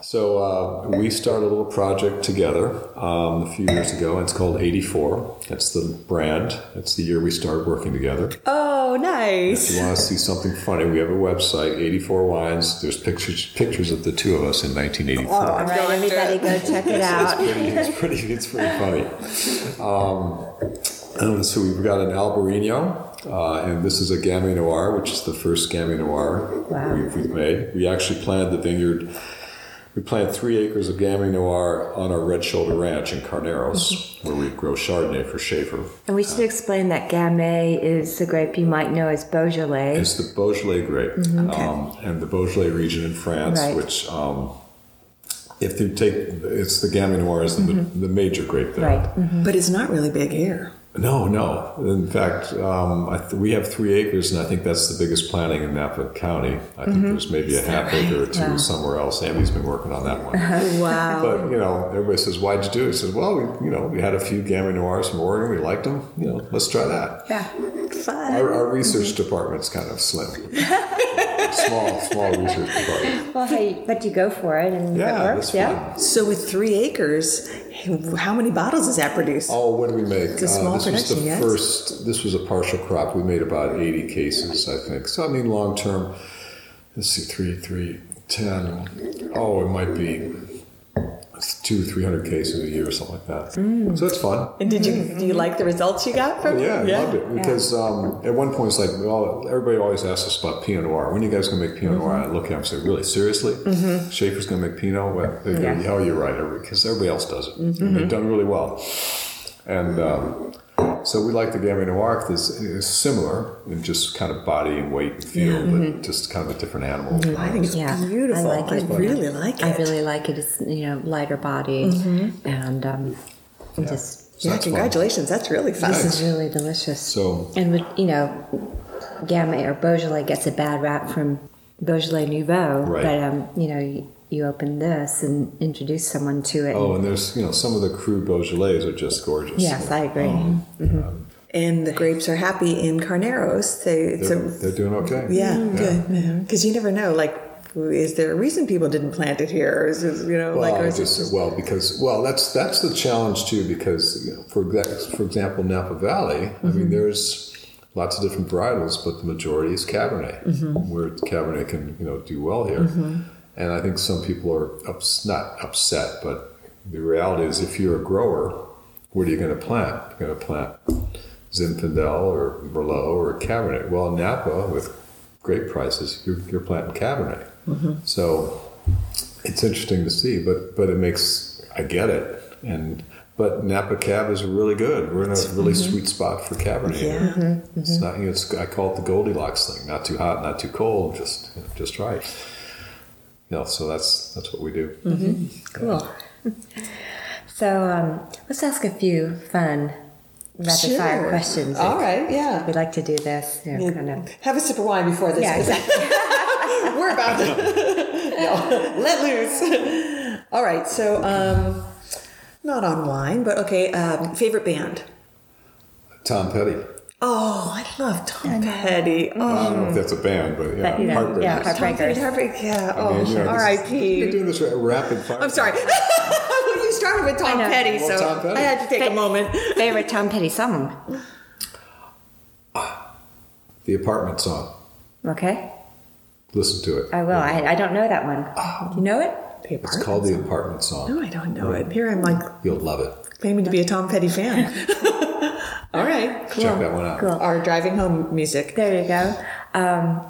[SPEAKER 3] So uh, we started a little project together um, a few years ago. And it's called '84. That's the brand. That's the year we started working together.
[SPEAKER 2] Oh, nice.
[SPEAKER 3] If you want to see something funny, we have a website, 84 Wines. There's pictures pictures of the two of us in 1984.
[SPEAKER 2] All right, everybody go check it out.
[SPEAKER 3] It's pretty, it's pretty funny. Um, and so we've got an Albarino, uh, and this is a Gamay Noir, which is the first Gamay Noir
[SPEAKER 2] Wow.
[SPEAKER 3] we've, we've made. We actually planted the vineyard. We planted three acres of Gamay Noir on our Red Shoulder Ranch in Carneros, where we grow Chardonnay for Schaefer.
[SPEAKER 2] And we should explain that Gamay is the grape you might know as Beaujolais.
[SPEAKER 3] It's the Beaujolais grape, um, and the Beaujolais region in France,
[SPEAKER 2] Mm-hmm. Right.
[SPEAKER 3] which, um, if you take, it's the Gamay Noir is the, the major grape there.
[SPEAKER 2] Mm-hmm. Right.
[SPEAKER 5] But it's not really big here.
[SPEAKER 3] No, no. In fact, um, I th- we have three acres, and I think that's the biggest planting in Napa County. I think
[SPEAKER 2] Mm-hmm.
[SPEAKER 3] there's maybe a half acre or two
[SPEAKER 2] Wow.
[SPEAKER 3] somewhere else. Andy's been working on that one.
[SPEAKER 2] Wow.
[SPEAKER 3] But you know, everybody says, "Why'd you do it?" He says, "Well, we, you know, we had a few Gamay Noirs from Oregon. We liked them. You know, let's try that."
[SPEAKER 2] Yeah.
[SPEAKER 3] Our, our research department's kind of slim, small, small research department.
[SPEAKER 2] Well, hey, but you go for it and
[SPEAKER 3] Yeah,
[SPEAKER 2] it works,
[SPEAKER 3] that's
[SPEAKER 2] yeah?
[SPEAKER 3] fun.
[SPEAKER 5] So with three acres, how many bottles does that produce?
[SPEAKER 3] Oh, what did we make?
[SPEAKER 5] a small
[SPEAKER 3] this was the
[SPEAKER 5] production, yes.
[SPEAKER 3] first. This was a partial crop. We made about eighty cases, I think. So I mean, long term. Let's see, three, three, ten. Oh, it might be two, three hundred cases a year or something like that.
[SPEAKER 5] Mm.
[SPEAKER 3] So it's fun.
[SPEAKER 5] And did you
[SPEAKER 2] Mm-hmm.
[SPEAKER 5] do you like the results you got from
[SPEAKER 3] Yeah, I loved it because um, at one point it's like, well, everybody always asks us about Pinot Noir. When are you guys gonna make Pinot Noir?
[SPEAKER 5] Mm-hmm.
[SPEAKER 3] I look at them and say, really seriously, Schaefer's gonna make Pinot. Well, they go,
[SPEAKER 2] Yeah.
[SPEAKER 3] yeah. you're right, because everybody else does it. And
[SPEAKER 5] Mm-hmm.
[SPEAKER 3] they've done really well, and um, so we like the Gamay Noir because it's similar in just kind of body and weight and feel, but just kind of a different animal.
[SPEAKER 5] Mm-hmm. I think it's
[SPEAKER 2] Yeah, I
[SPEAKER 5] beautiful. I,
[SPEAKER 2] like it.
[SPEAKER 5] really like it. Mm-hmm.
[SPEAKER 2] I really like it. It's, you know, lighter body and um, just,
[SPEAKER 3] So that's
[SPEAKER 5] yeah,
[SPEAKER 3] fun.
[SPEAKER 5] congratulations. That's really fun.
[SPEAKER 2] this is really delicious.
[SPEAKER 3] So-
[SPEAKER 2] and with, you know, Gamay or Beaujolais gets a bad rap from Beaujolais Nouveau,
[SPEAKER 3] Right.
[SPEAKER 2] but um, you know, you, you open this and introduce someone to it.
[SPEAKER 3] Oh, and there's you know some of the crude Beaujolais are just gorgeous.
[SPEAKER 2] yes, I agree.
[SPEAKER 3] oh,
[SPEAKER 5] and the grapes are happy in Carneros. They, it's
[SPEAKER 3] They're,
[SPEAKER 5] a,
[SPEAKER 3] they're doing okay.
[SPEAKER 5] yeah, Mm, good. Because you never know. Like, is there a reason people didn't plant it here? Or is it, you know,
[SPEAKER 3] Well,
[SPEAKER 5] like, or
[SPEAKER 3] I
[SPEAKER 5] is it
[SPEAKER 3] just- well, because well, that's that's
[SPEAKER 5] Mm-hmm.
[SPEAKER 3] the challenge too. Because you know, for exa- for example, Napa Valley, I mean, there's lots of different varietals, but the majority is Cabernet,
[SPEAKER 5] Mm-hmm.
[SPEAKER 3] where Cabernet can you know do well here. And I think some people are ups, not upset, but the reality is, if you're a grower, what are you going to plant? You're going to plant Zinfandel or Merlot or Cabernet. Well, Napa with great prices, you're, you're planting Cabernet.
[SPEAKER 5] Mm-hmm.
[SPEAKER 3] So it's interesting to see, but but it makes I get it. And but Napa Cab is really good. We're in a really sweet spot for Cabernet.
[SPEAKER 5] mm-hmm. Yeah. Mm-hmm.
[SPEAKER 3] It's not you know, it's, I call it the Goldilocks thing. Not too hot, not too cold, just you know, just right. You know, so that's that's what we do.
[SPEAKER 5] Mm-hmm.
[SPEAKER 2] Cool. so um, let's ask a few fun rapid fire
[SPEAKER 5] Sure.
[SPEAKER 2] questions.
[SPEAKER 5] All right, yeah.
[SPEAKER 2] We like to do this. you know, kind of-
[SPEAKER 5] Have a sip of wine before this.
[SPEAKER 2] Yeah,
[SPEAKER 5] We're about to No, let loose. All right, so um, not on wine, but okay. Um, favorite band?
[SPEAKER 3] Tom Petty.
[SPEAKER 5] Oh, I love Tom Petty. Oh,
[SPEAKER 3] I don't know if that's a band, but yeah,
[SPEAKER 2] But, you know,
[SPEAKER 3] Heartbreakers.
[SPEAKER 2] yeah,
[SPEAKER 5] Heartbreakers.
[SPEAKER 2] Heartbreakers.
[SPEAKER 5] Yeah.
[SPEAKER 3] I mean, you
[SPEAKER 5] Oh,
[SPEAKER 3] know, You're
[SPEAKER 5] R.I.P.
[SPEAKER 3] doing this rapid fire.
[SPEAKER 5] I'm sorry. Well, you started with Tom
[SPEAKER 2] know.
[SPEAKER 5] Petty,
[SPEAKER 3] Well,
[SPEAKER 5] so
[SPEAKER 3] Tom Petty.
[SPEAKER 5] I had to take a moment.
[SPEAKER 2] Favorite Tom Petty song?
[SPEAKER 3] The apartment song.
[SPEAKER 2] Okay,
[SPEAKER 3] Listen to it.
[SPEAKER 2] I will. I, I don't know that
[SPEAKER 3] Oh.
[SPEAKER 2] one. You know it?
[SPEAKER 3] It's called the apartment song.
[SPEAKER 5] No, I don't know it. Here I'm like
[SPEAKER 3] You'll love it.
[SPEAKER 5] claiming to be a Tom Petty fan. All right, Oh, cool.
[SPEAKER 3] Check that one out.
[SPEAKER 2] Cool.
[SPEAKER 5] Our driving home music.
[SPEAKER 2] There you go. Um,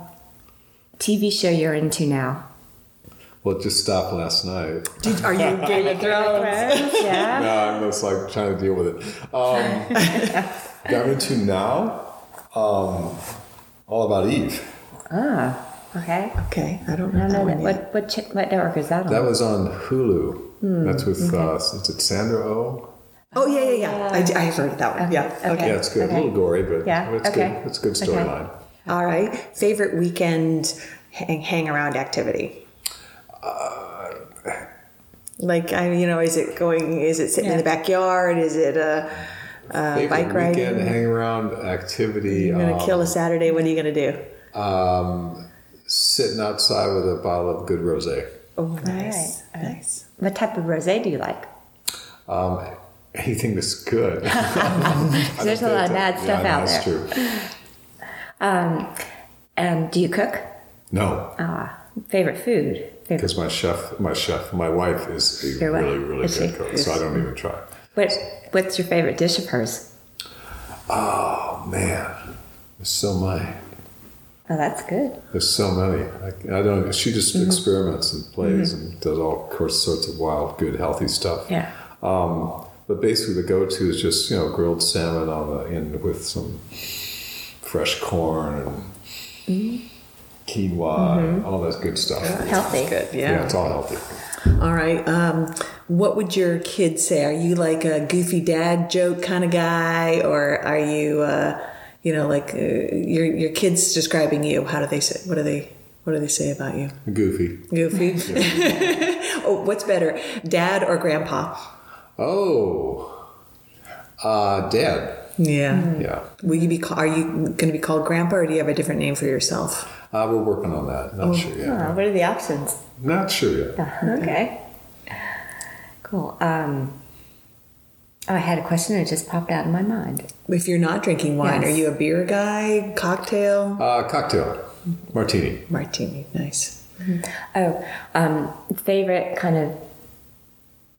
[SPEAKER 2] TV show you're into now?
[SPEAKER 3] Well, it just stopped last night.
[SPEAKER 5] Did, are you Game of Thrones?
[SPEAKER 2] yeah.
[SPEAKER 3] No, I'm just like trying to deal with it. Um, got into now. Um, all about Eve.
[SPEAKER 2] Ah, okay.
[SPEAKER 5] Okay, I don't
[SPEAKER 2] I don't
[SPEAKER 5] know that
[SPEAKER 2] know that.
[SPEAKER 5] one yet.
[SPEAKER 2] What what ch- what network is that on?
[SPEAKER 3] That was on Hulu.
[SPEAKER 2] Hmm,
[SPEAKER 3] That's with uh, is it Sandra Oh?
[SPEAKER 5] Oh yeah, yeah, yeah. I, d- I heard that one. Yeah.
[SPEAKER 2] Okay.
[SPEAKER 5] Okay.
[SPEAKER 3] Yeah, it's good.
[SPEAKER 2] Okay.
[SPEAKER 3] A little gory, but
[SPEAKER 2] Yeah,
[SPEAKER 3] but it's
[SPEAKER 2] okay.
[SPEAKER 3] good. It's a good
[SPEAKER 2] Okay.
[SPEAKER 3] storyline.
[SPEAKER 5] All right. Favorite weekend hang, hang around activity. Like I, you know, is it going? Is it sitting in the backyard? Is it a, a
[SPEAKER 3] Favorite
[SPEAKER 5] bike ride?
[SPEAKER 3] weekend hang around activity.
[SPEAKER 5] You're gonna
[SPEAKER 3] um,
[SPEAKER 5] kill a Saturday. What are you gonna do?
[SPEAKER 3] um, sitting outside with a bottle of good rosé.
[SPEAKER 5] Oh,
[SPEAKER 2] nice,
[SPEAKER 5] nice.
[SPEAKER 2] what type of rosé do you like?
[SPEAKER 3] Um, anything that's good.
[SPEAKER 2] There's a lot of bad stuff
[SPEAKER 3] yeah,
[SPEAKER 2] out
[SPEAKER 3] that's
[SPEAKER 2] there. Um,
[SPEAKER 3] True.
[SPEAKER 2] And do you cook?
[SPEAKER 3] No,
[SPEAKER 2] Ah, favorite food. Favorite.
[SPEAKER 3] because my chef, my chef, my wife is a
[SPEAKER 2] Your wife,
[SPEAKER 3] really, really
[SPEAKER 2] is
[SPEAKER 3] good
[SPEAKER 2] she?
[SPEAKER 3] cook, so I don't even try.
[SPEAKER 2] What what's your favorite dish of hers?
[SPEAKER 3] Oh man, there's so many.
[SPEAKER 2] Oh, that's good.
[SPEAKER 3] There's so many. I, I don't. She just
[SPEAKER 2] Mm-hmm.
[SPEAKER 3] experiments and plays and does all course, sorts of wild, good, healthy stuff.
[SPEAKER 2] Yeah.
[SPEAKER 3] Um, but basically, the go-to is just you know grilled salmon on the end with some fresh corn and quinoa and all that good stuff.
[SPEAKER 2] Mm-hmm. Healthy.
[SPEAKER 5] Good.
[SPEAKER 3] Yeah,
[SPEAKER 5] Yeah.
[SPEAKER 3] it's all healthy.
[SPEAKER 5] All right. Um, what would your kids say? Are you like a goofy dad joke kind of guy, or are you, uh, you know, like uh, your your kids describing you? How do they say? What do they What do they say about you?
[SPEAKER 3] Goofy.
[SPEAKER 5] Goofy. oh, what's better, dad or grandpa?
[SPEAKER 3] Oh, uh, Dad.
[SPEAKER 5] Yeah.
[SPEAKER 2] Mm-hmm.
[SPEAKER 3] Yeah,
[SPEAKER 5] Mm-hmm. Will you be? ca- Are you going to be called grandpa, or do you have a different name for yourself?
[SPEAKER 3] uh, we're working on that. Not sure yet.
[SPEAKER 2] Oh, what are the options?
[SPEAKER 3] Not sure yet.
[SPEAKER 2] Uh-huh. Okay. Cool. Um, oh, I had a question that just popped out of my mind.
[SPEAKER 5] If you're not drinking wine,
[SPEAKER 2] Yes.
[SPEAKER 5] are you a beer guy? Cocktail?
[SPEAKER 3] Uh, cocktail, martini.
[SPEAKER 5] Martini. Nice.
[SPEAKER 2] Oh, um, favorite kind of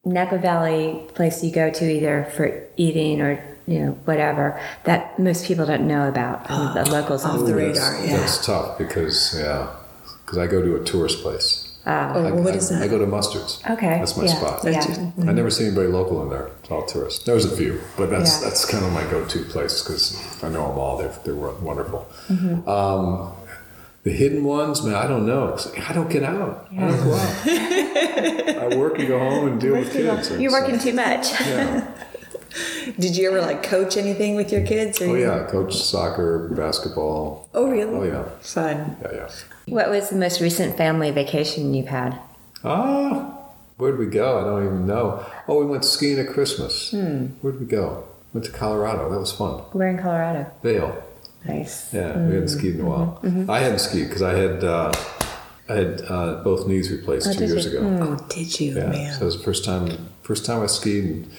[SPEAKER 2] Napa Valley place you go to either for eating or you know whatever that most people don't know about kind of the locals.
[SPEAKER 5] off
[SPEAKER 2] know.
[SPEAKER 5] the
[SPEAKER 3] Ooh,
[SPEAKER 5] radar,
[SPEAKER 3] that's-
[SPEAKER 5] yeah.
[SPEAKER 3] That's tough because yeah, because I go to a tourist place.
[SPEAKER 5] Oh,
[SPEAKER 3] I,
[SPEAKER 5] what
[SPEAKER 3] I-
[SPEAKER 5] is
[SPEAKER 3] I
[SPEAKER 5] that?
[SPEAKER 3] go to Mustards.
[SPEAKER 2] Okay,
[SPEAKER 3] That's my
[SPEAKER 2] yeah,
[SPEAKER 3] spot.
[SPEAKER 2] yeah.
[SPEAKER 3] I never see anybody local in there. It's all tourists. There's a few, but that's
[SPEAKER 2] Yeah.
[SPEAKER 3] that's kind of my go-to place because I know them all. They're they're won- wonderful. Um, the hidden ones, man, I don't know. 'cause I don't get out. I don't go out. I work and go home and deal with kids.
[SPEAKER 2] You're
[SPEAKER 3] So,
[SPEAKER 2] working too much.
[SPEAKER 3] Yeah.
[SPEAKER 5] Did you ever like coach anything with your kids? Or
[SPEAKER 3] Oh
[SPEAKER 5] you-
[SPEAKER 3] yeah, I coach soccer, basketball.
[SPEAKER 5] Oh really?
[SPEAKER 3] Oh yeah,
[SPEAKER 5] Fun.
[SPEAKER 3] yeah yeah.
[SPEAKER 2] What was the most recent family vacation you've had?
[SPEAKER 3] Ah, where'd we go? I don't even know. Oh, we went skiing at Christmas.
[SPEAKER 2] Hmm.
[SPEAKER 3] Where'd we go? Went to Colorado. That was fun.
[SPEAKER 2] We're in Colorado.
[SPEAKER 3] Vail.
[SPEAKER 2] Nice.
[SPEAKER 3] Yeah, we hadn't
[SPEAKER 2] Hmm.
[SPEAKER 3] skied in a while.
[SPEAKER 2] Mm-hmm.
[SPEAKER 3] I hadn't skied because I had uh, I had uh, both knees replaced two
[SPEAKER 2] Oh, did
[SPEAKER 3] years
[SPEAKER 2] you? Hmm.
[SPEAKER 3] ago.
[SPEAKER 5] Oh, did you,
[SPEAKER 3] Yeah,
[SPEAKER 5] man?
[SPEAKER 3] so it was the first time first time I skied in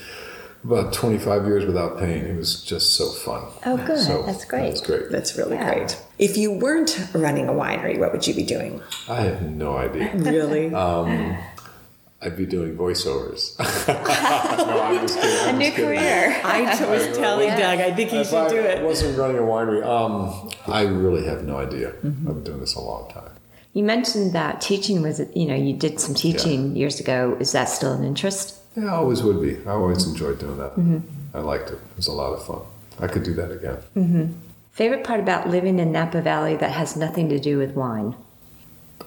[SPEAKER 3] about 25 years without pain. It was just so fun.
[SPEAKER 2] Oh, good.
[SPEAKER 3] So
[SPEAKER 2] That's great.
[SPEAKER 3] That's great.
[SPEAKER 5] That's really great. If you weren't running a winery, what would you be doing?
[SPEAKER 3] I have no idea.
[SPEAKER 5] Really?
[SPEAKER 3] I'd be doing voiceovers. no, I'm just kidding. I'm
[SPEAKER 2] A new
[SPEAKER 3] just kidding.
[SPEAKER 2] career.
[SPEAKER 5] I was telling Doug, I think he
[SPEAKER 3] If I wasn't running a winery, um, I really have no idea. I've been doing this a long time.
[SPEAKER 2] You mentioned that teaching was, you know, you did some teaching years ago. Is that still an interest?
[SPEAKER 3] Yeah, I always would be. I always enjoyed doing that.
[SPEAKER 2] Mm-hmm.
[SPEAKER 3] I liked it. It was a lot of fun. I could do that again.
[SPEAKER 2] Favorite part about living in Napa Valley that has nothing to do with wine?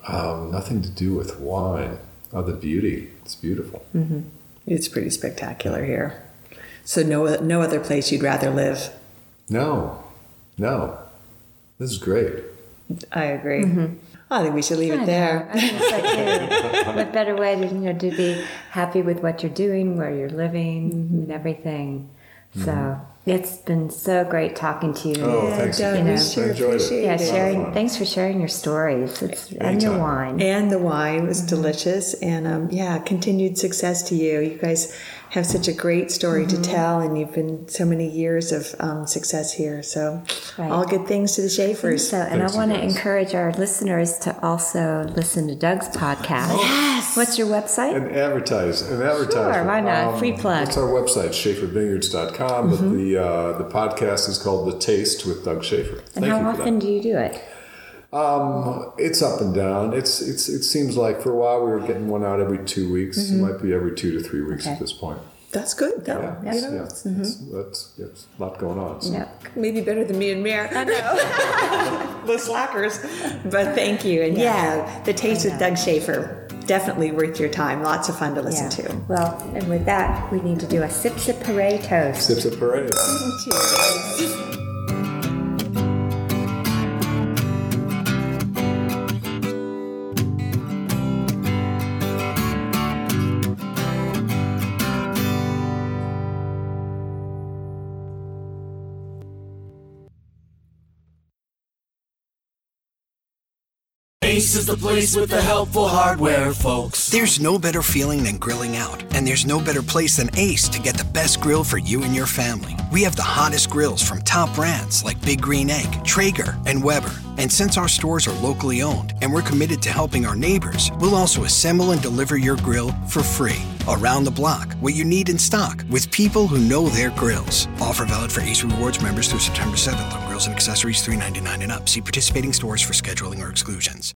[SPEAKER 3] Um, nothing to do with wine. Oh, the beauty. It's beautiful.
[SPEAKER 2] Mm-hmm.
[SPEAKER 5] It's pretty spectacular here. So no, no other place you'd rather live.
[SPEAKER 3] No, no. This is great.
[SPEAKER 5] I agree. Mm-hmm. I think we should leave it there.
[SPEAKER 2] what better way to you know to be happy with what you're doing, where you're living, and everything. So it's been so great talking to you.
[SPEAKER 3] Mm-hmm. Oh, thanks.
[SPEAKER 5] Doug,
[SPEAKER 3] again.
[SPEAKER 2] we
[SPEAKER 5] sure
[SPEAKER 3] I enjoyed it.
[SPEAKER 5] appreciate
[SPEAKER 2] yeah,
[SPEAKER 5] it is.
[SPEAKER 2] sharing.
[SPEAKER 3] Fun.
[SPEAKER 2] Thanks for sharing your stories. It's and your
[SPEAKER 3] Anytime.
[SPEAKER 2] wine.
[SPEAKER 5] And the wine was delicious. And um, yeah, continued success to you. You guys have such a great story to tell, and you've been so many years of um, success here. So,
[SPEAKER 2] Right.
[SPEAKER 5] all good things to the Schaefer's.
[SPEAKER 2] So, and I
[SPEAKER 3] Thanks, you
[SPEAKER 2] want to
[SPEAKER 3] guys.
[SPEAKER 2] encourage our listeners to also listen to Doug's podcast. Yes. What's your website?
[SPEAKER 3] And advertise. And advertise.
[SPEAKER 2] why not? Free plug. Mm-hmm.
[SPEAKER 3] It's our website, schaefervineyards.com. But the, uh, the podcast is called The Taste with Doug Schaefer.
[SPEAKER 2] and
[SPEAKER 3] Thank
[SPEAKER 2] how
[SPEAKER 3] you for that.
[SPEAKER 2] often do you do it?
[SPEAKER 3] Um, it's up and down. It's it's it seems like for a while we were getting one out every two weeks. It might be every two to three weeks at this point.
[SPEAKER 5] That's good, though.
[SPEAKER 3] Mm-hmm. Yeah, it's- yeah, it's- mm-hmm. it's- that's it's a lot going on. So.
[SPEAKER 2] No.
[SPEAKER 5] Maybe better than me and Mare. I know. the slackers. But thank you. And yeah, the taste with Doug Schaefer. Definitely worth your time. Lots of fun to listen to.
[SPEAKER 2] Well, and with that, we need to do a sip sip hooray toast.
[SPEAKER 3] Sips at parade.
[SPEAKER 6] Ace is the place with the helpful hardware, folks.
[SPEAKER 7] There's no better feeling than grilling out, and there's no better place than Ace to get the best grill for you and your family. We have the hottest grills from top brands like Big Green Egg, Traeger, and Weber. And since our stores are locally owned and we're committed to helping our neighbors, we'll also assemble and deliver your grill for free around the block, what you need in stock, with people who know their grills. Offer valid for Ace Rewards members through September 7th on grills and accessories $3.99 and up. See participating stores for scheduling or exclusions.